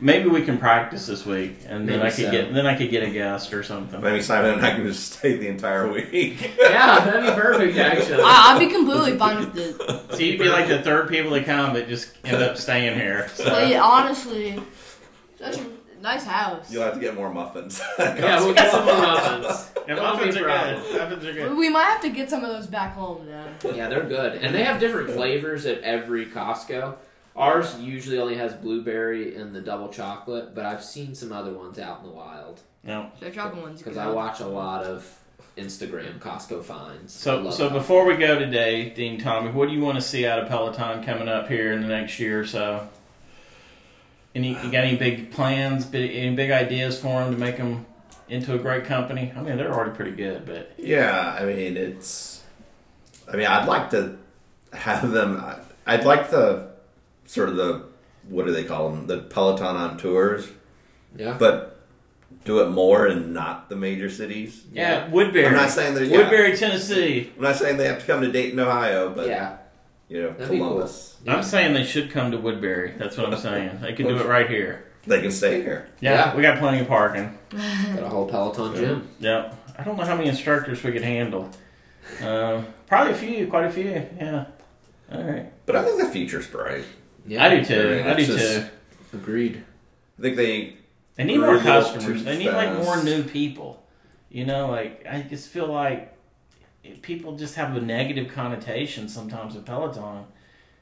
[SPEAKER 2] maybe we can practice this week, and then
[SPEAKER 1] Maybe
[SPEAKER 2] I could
[SPEAKER 1] so.
[SPEAKER 2] get then I could get a guest or something.
[SPEAKER 4] Maybe Simon and I can just stay the entire week.
[SPEAKER 1] yeah, that'd be perfect actually.
[SPEAKER 2] Ah,
[SPEAKER 5] I, I'd be completely fine with it.
[SPEAKER 2] So you'd be like the third people to come, but just end up staying here.
[SPEAKER 5] But
[SPEAKER 2] So.
[SPEAKER 5] yeah, honestly, such a nice house.
[SPEAKER 4] You'll have to get more muffins.
[SPEAKER 2] ah.
[SPEAKER 1] Yeah, we'll get some more muffins.
[SPEAKER 2] And
[SPEAKER 1] That'll
[SPEAKER 2] muffins
[SPEAKER 1] be
[SPEAKER 2] are
[SPEAKER 1] a
[SPEAKER 2] good. Muffins are good.
[SPEAKER 5] We might have to get some of those back home then.
[SPEAKER 1] Yeah, they're good, and they have different flavors at every Costco. Ours usually only has blueberry and the double chocolate, but I've seen some other ones out in the wild
[SPEAKER 2] No.
[SPEAKER 5] The chocolate one's good.
[SPEAKER 1] because I watch a lot of Instagram Costco finds. I
[SPEAKER 2] So
[SPEAKER 1] love
[SPEAKER 2] so
[SPEAKER 1] them.
[SPEAKER 2] before we go today, Dean Tommy, what do you want to see out of Peloton coming up here in the next year or so? Any you got any big plans? Big, any big ideas for them to make them into a great company? I mean, they're already pretty good, but
[SPEAKER 4] Yeah, I mean it's. I mean, I'd like to have them. I- I'd like the sort of the what do they call them? The Peloton on tours,
[SPEAKER 1] yeah,
[SPEAKER 4] but do it more in not the major cities.
[SPEAKER 2] Yeah, Woodbury.
[SPEAKER 4] I'm not saying that. Yeah,
[SPEAKER 2] Woodbury, Tennessee.
[SPEAKER 4] I'm not saying they have to come to Dayton, Ohio, but
[SPEAKER 1] yeah,
[SPEAKER 4] you know,
[SPEAKER 1] That'd be cool.
[SPEAKER 4] Columbus.
[SPEAKER 2] I'm saying they should come to Woodbury. That's what I'm saying. They can do it right here.
[SPEAKER 4] They can stay here.
[SPEAKER 2] Yeah,
[SPEAKER 1] Yeah.
[SPEAKER 2] we got plenty of parking.
[SPEAKER 1] got a whole Peloton gym.
[SPEAKER 2] Yep. I don't know how many instructors we could handle. Um, probably a few, quite a few. Yeah. All right.
[SPEAKER 4] But I think the future's bright.
[SPEAKER 1] Yeah,
[SPEAKER 2] I do too.
[SPEAKER 4] Yeah,
[SPEAKER 2] I do
[SPEAKER 4] it's just-
[SPEAKER 2] too.
[SPEAKER 1] Agreed.
[SPEAKER 4] I think they.
[SPEAKER 2] They need more
[SPEAKER 4] We're a little too
[SPEAKER 2] customers. They need like more
[SPEAKER 4] fast.
[SPEAKER 2] new people. You know, like I just feel like people just have a negative connotation sometimes of Peloton.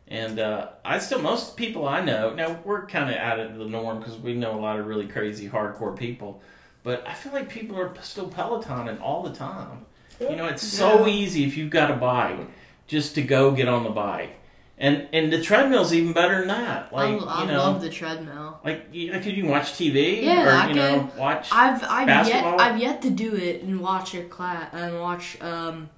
[SPEAKER 2] And uh, I still, most people I know, now we're kind of out of the norm because we know a lot of really crazy, hardcore people. But I feel like people are still Pelotoning all the time. You know, it's so easy if you've got a bike just to go get on the bike. And and the treadmill's even better than that. Like,
[SPEAKER 5] I, I
[SPEAKER 2] you know,
[SPEAKER 5] love the treadmill.
[SPEAKER 2] like, you, like, could you watch TV?
[SPEAKER 5] Yeah,
[SPEAKER 2] or,
[SPEAKER 5] I
[SPEAKER 2] you know, watch.
[SPEAKER 5] I've I've yet
[SPEAKER 2] Basketball?
[SPEAKER 5] I've yet to do it and watch a class and watch um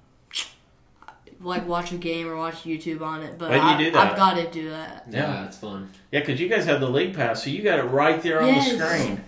[SPEAKER 5] like watch a game or watch YouTube on it. But
[SPEAKER 2] Why do you
[SPEAKER 5] I,
[SPEAKER 2] do that?
[SPEAKER 5] I've got to do that.
[SPEAKER 2] Yeah.
[SPEAKER 1] Yeah, it's fun.
[SPEAKER 2] Yeah, because you guys have the league pass, so you got it right there on
[SPEAKER 5] Yes.
[SPEAKER 2] the screen.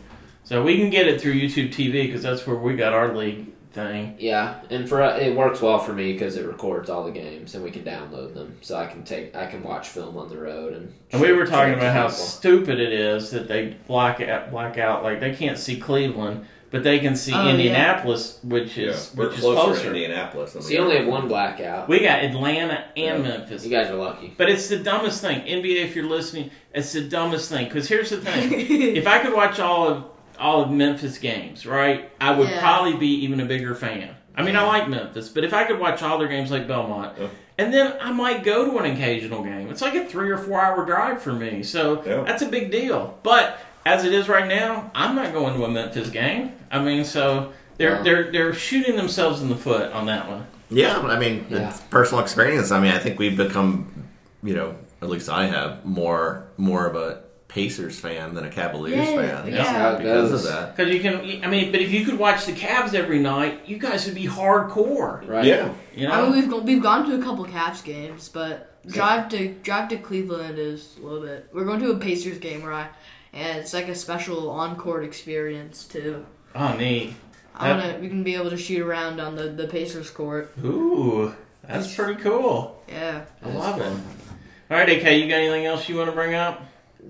[SPEAKER 2] So we can get it through YouTube TV because that's where we got our league thing.
[SPEAKER 1] Yeah, and for uh, it works well for me because it records all the games and we can download them, so I can take I can watch film on the road and.
[SPEAKER 2] And we were talking
[SPEAKER 1] show
[SPEAKER 2] about how
[SPEAKER 1] people.
[SPEAKER 2] stupid it is that they black out, black out, like they can't see Cleveland, but they can see
[SPEAKER 5] Oh, yeah.
[SPEAKER 2] Indianapolis, which
[SPEAKER 4] Yeah,
[SPEAKER 2] is
[SPEAKER 4] we're
[SPEAKER 2] which is
[SPEAKER 4] closer
[SPEAKER 2] closer.
[SPEAKER 4] to Indianapolis. Than
[SPEAKER 1] So
[SPEAKER 4] we
[SPEAKER 1] you
[SPEAKER 4] are.
[SPEAKER 1] only have one blackout.
[SPEAKER 2] We got Atlanta and
[SPEAKER 4] Yeah.
[SPEAKER 2] Memphis.
[SPEAKER 1] You guys are lucky.
[SPEAKER 2] But it's the dumbest thing. NBA, if you're listening, it's the dumbest thing. Because here's the thing: if I could watch all of all of Memphis games, right, I would
[SPEAKER 5] Yeah.
[SPEAKER 2] probably be even a bigger fan. I mean, I like Memphis, but if I could watch all their games like Belmont,
[SPEAKER 4] Yeah.
[SPEAKER 2] and then I might go to an occasional game. It's like a three or four hour drive for me, so
[SPEAKER 4] Yeah.
[SPEAKER 2] that's a big deal. But as it is right now, I'm not going to a Memphis game. I mean, so they're
[SPEAKER 1] Yeah.
[SPEAKER 2] they're they're shooting themselves in the foot on that one.
[SPEAKER 7] Yeah, but I mean,
[SPEAKER 1] Yeah.
[SPEAKER 7] it's personal experience. I mean, I think we've become, you know, at least I have more more of a Pacers fan than a Cavaliers
[SPEAKER 5] Yeah,
[SPEAKER 7] fan.
[SPEAKER 5] yeah.
[SPEAKER 1] That's how it
[SPEAKER 7] Because
[SPEAKER 1] goes.
[SPEAKER 7] of that,
[SPEAKER 2] Because you can, I mean, but if you could watch the Cavs every night, you guys would be hardcore.
[SPEAKER 1] Right.
[SPEAKER 4] Yeah,
[SPEAKER 2] You
[SPEAKER 5] I mean,
[SPEAKER 2] know,
[SPEAKER 5] we've go- we've gone to a couple Cavs games, but drive to drive to Cleveland is a little bit. We're going to a Pacers game, right? And it's like a special on-court experience too.
[SPEAKER 2] oh neat.
[SPEAKER 5] I wanna we can be able to shoot around on the the Pacers court.
[SPEAKER 2] Ooh, that's pretty cool.
[SPEAKER 5] Yeah.
[SPEAKER 2] I
[SPEAKER 1] That is
[SPEAKER 2] love it.
[SPEAKER 1] cool.
[SPEAKER 2] All right, AK, you got anything else you want to bring up?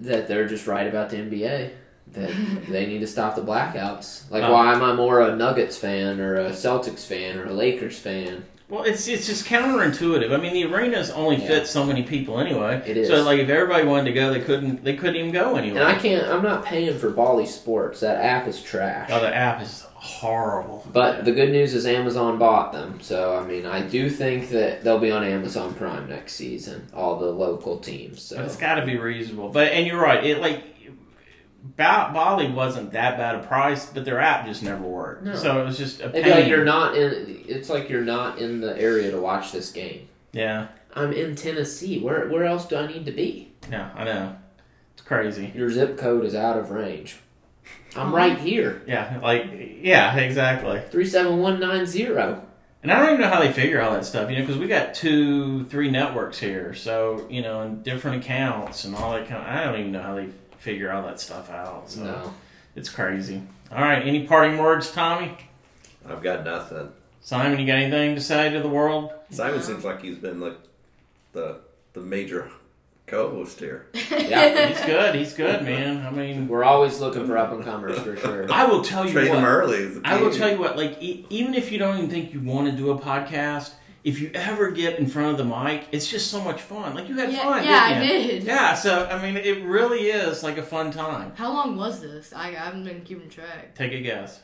[SPEAKER 1] That they're just right about the NBA. That they need to stop the blackouts. Like,
[SPEAKER 2] Oh.
[SPEAKER 1] why am I more a Nuggets fan or a Celtics fan or a Lakers fan?
[SPEAKER 2] Well, it's it's just counterintuitive. I mean, the arenas only
[SPEAKER 1] Yeah.
[SPEAKER 2] fit so many people anyway.
[SPEAKER 1] It is.
[SPEAKER 2] So, like, if everybody wanted to go, they couldn't. They couldn't even go
[SPEAKER 1] And I
[SPEAKER 2] anywhere.
[SPEAKER 1] can't. I'm not paying for Bally Sports. That app is trash.
[SPEAKER 2] Oh, the app is horrible.
[SPEAKER 1] But the good news is Amazon bought them, so I mean, I do think that they'll be on Amazon Prime next season. All the local teams.
[SPEAKER 2] But
[SPEAKER 1] So
[SPEAKER 2] it's got to be reasonable. But and you're right. It like. Ba- Bali wasn't that bad a price, but their app just never worked.
[SPEAKER 1] No.
[SPEAKER 2] So it was just a
[SPEAKER 1] It'd
[SPEAKER 2] pain.
[SPEAKER 1] be like you're not in. It's like you're not in the area to watch this game.
[SPEAKER 2] yeah,
[SPEAKER 1] I'm in Tennessee. Where where else do I need to be?
[SPEAKER 2] yeah, I know. It's crazy.
[SPEAKER 1] Your zip code is out of range. I'm right here.
[SPEAKER 2] Yeah, like yeah, exactly.
[SPEAKER 1] Three seven one nine zero.
[SPEAKER 2] And I don't even know how they figure all that stuff, you know, because we got two, three networks here, so you know, and different accounts and all that kind. Of, I don't even know how they figure all that stuff out. So
[SPEAKER 1] No.
[SPEAKER 2] it's crazy. All right, any parting words, Tommy?
[SPEAKER 4] I've got nothing.
[SPEAKER 2] Simon, you got anything to say to the world?
[SPEAKER 4] Simon seems like he's been like the the major co-host here.
[SPEAKER 1] Yeah.
[SPEAKER 2] He's good. He's good, man. I mean,
[SPEAKER 1] We're always looking for up and comers for sure.
[SPEAKER 2] I will tell you
[SPEAKER 4] Trade
[SPEAKER 2] what.
[SPEAKER 4] him early. is the
[SPEAKER 2] I will
[SPEAKER 4] key.
[SPEAKER 2] tell you what, like e- even if you don't even think you want to do a podcast, if you ever get in front of the mic, it's just so much fun. Like you had
[SPEAKER 5] Yeah,
[SPEAKER 2] fun,
[SPEAKER 5] yeah,
[SPEAKER 2] didn't
[SPEAKER 5] I
[SPEAKER 2] you?
[SPEAKER 5] did.
[SPEAKER 2] Yeah, so I mean, it really is like a fun time.
[SPEAKER 5] How long was this? I, I haven't been keeping track.
[SPEAKER 2] Take a guess.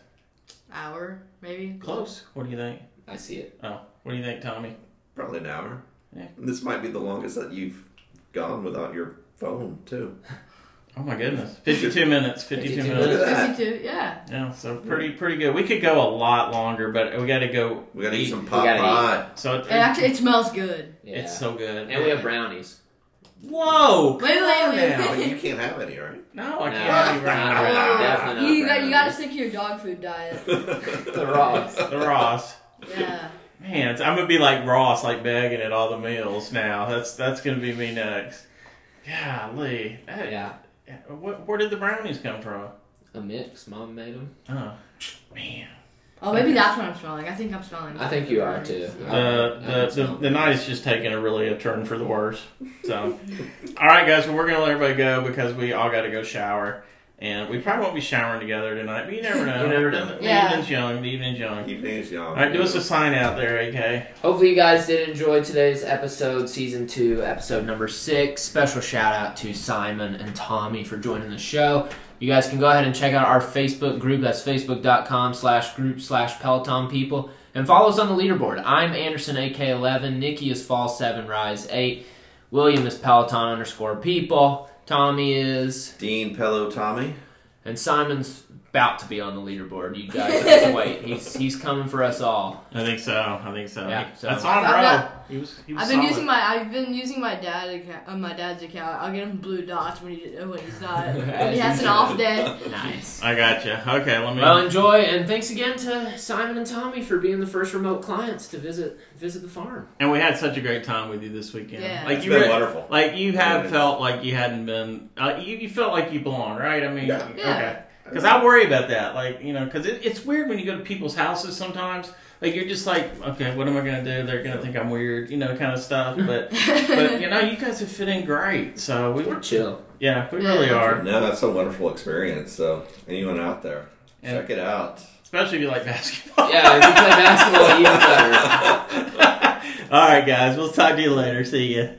[SPEAKER 5] Hour maybe.
[SPEAKER 2] Close. What do you think?
[SPEAKER 1] I see it.
[SPEAKER 2] Oh, what do you think, Tommy?
[SPEAKER 4] probably an hour.
[SPEAKER 2] Yeah.
[SPEAKER 4] This might be the longest that you've gone without your phone too.
[SPEAKER 2] Oh my goodness, fifty-two minutes. Fifty-two
[SPEAKER 1] 52
[SPEAKER 2] minutes.
[SPEAKER 4] Look at that.
[SPEAKER 5] Fifty-two. Yeah.
[SPEAKER 2] Yeah, so pretty pretty good. We could go a lot longer, but we got to go.
[SPEAKER 4] We gotta eat some pot
[SPEAKER 1] gotta eat.
[SPEAKER 4] pie.
[SPEAKER 2] So it,
[SPEAKER 5] It actually it smells good.
[SPEAKER 1] Yeah.
[SPEAKER 2] it's so good.
[SPEAKER 1] and we have brownies.
[SPEAKER 2] Whoa!
[SPEAKER 5] Wait, wait, wait. Oh,
[SPEAKER 2] Now,
[SPEAKER 4] But you can't have any, right?
[SPEAKER 2] No, I
[SPEAKER 1] No,
[SPEAKER 2] can't be
[SPEAKER 1] not
[SPEAKER 2] right.
[SPEAKER 1] brownies. Definitely
[SPEAKER 5] You,
[SPEAKER 1] not
[SPEAKER 5] got you
[SPEAKER 1] brownies.
[SPEAKER 5] gotta stick to your dog food diet.
[SPEAKER 1] the Ross.
[SPEAKER 2] The Ross.
[SPEAKER 5] Yeah.
[SPEAKER 2] Man, it's- I'm gonna be like Ross, like begging at all the meals now. That's that's gonna be me next. Golly, that,
[SPEAKER 1] Yeah,
[SPEAKER 2] What, where did the brownies come from?
[SPEAKER 1] a mix. Mom made them.
[SPEAKER 2] Oh, man.
[SPEAKER 5] Oh, maybe that's what I'm smelling. I think I'm smelling.
[SPEAKER 1] I think you are too.
[SPEAKER 2] the the, the, the night is just taking a really a turn for the worse. So, all right, guys, well, we're gonna let everybody go because we all got to go shower, and we probably won't be showering together tonight. But you never know.
[SPEAKER 1] You never know.
[SPEAKER 2] The
[SPEAKER 5] Yeah.
[SPEAKER 2] evening's young. The evening's young.
[SPEAKER 4] Evening is young.
[SPEAKER 2] All right, do us a sign out there, AK.
[SPEAKER 1] Hopefully, you guys did enjoy today's episode, season two, episode number six. Special shout out to Simon and Tommy for joining the show. You guys can go ahead and check out our Facebook group. That's facebook.com slash group slash Peloton people. And follow us on the leaderboard. I'm Anderson AK11. Nikki is Fall7 Rise8. William is Peloton underscore people. Tommy is.
[SPEAKER 4] Dean Pello Tommy.
[SPEAKER 1] And Simon's about to be on the leaderboard. You guys just wait. He's, he's coming for us all.
[SPEAKER 2] I think so. I think so.
[SPEAKER 1] Yeah, so-
[SPEAKER 2] That's on
[SPEAKER 5] I've
[SPEAKER 2] bro.
[SPEAKER 5] got-
[SPEAKER 2] He was, he was
[SPEAKER 5] I've been
[SPEAKER 2] solid.
[SPEAKER 5] using my I've been using my dad account, uh, my dad's account. I'll get him blue dots when he when he's not when he has an off day.
[SPEAKER 1] Nice.
[SPEAKER 2] I got you. Okay, let me.
[SPEAKER 1] Well, enjoy, and thanks again to Simon and Tommy for being the first remote clients to visit visit the farm.
[SPEAKER 2] and we had such a great time with you this weekend.
[SPEAKER 5] Yeah.
[SPEAKER 2] Like
[SPEAKER 4] It's
[SPEAKER 2] you
[SPEAKER 4] been
[SPEAKER 2] re-
[SPEAKER 4] wonderful.
[SPEAKER 2] Like you have
[SPEAKER 4] Yeah.
[SPEAKER 2] felt like you hadn't been. Uh, you, you felt like you belong, right? I mean,
[SPEAKER 4] Yeah.
[SPEAKER 5] Yeah.
[SPEAKER 2] okay. Because I worry about that, like you know, because it, it's weird when you go to people's houses sometimes. Like you're just like, okay, what am I gonna do? They're gonna think I'm weird, you know, kind of stuff. But but you know, you guys have fit in great, so we
[SPEAKER 1] We're chill.
[SPEAKER 2] yeah, we really are.
[SPEAKER 4] No, that's a wonderful experience. So anyone out there,
[SPEAKER 2] Yeah.
[SPEAKER 4] Check it out.
[SPEAKER 2] especially if you like basketball.
[SPEAKER 1] Yeah, if you play basketball, even better.
[SPEAKER 2] All right, guys. We'll talk to you later. See ya.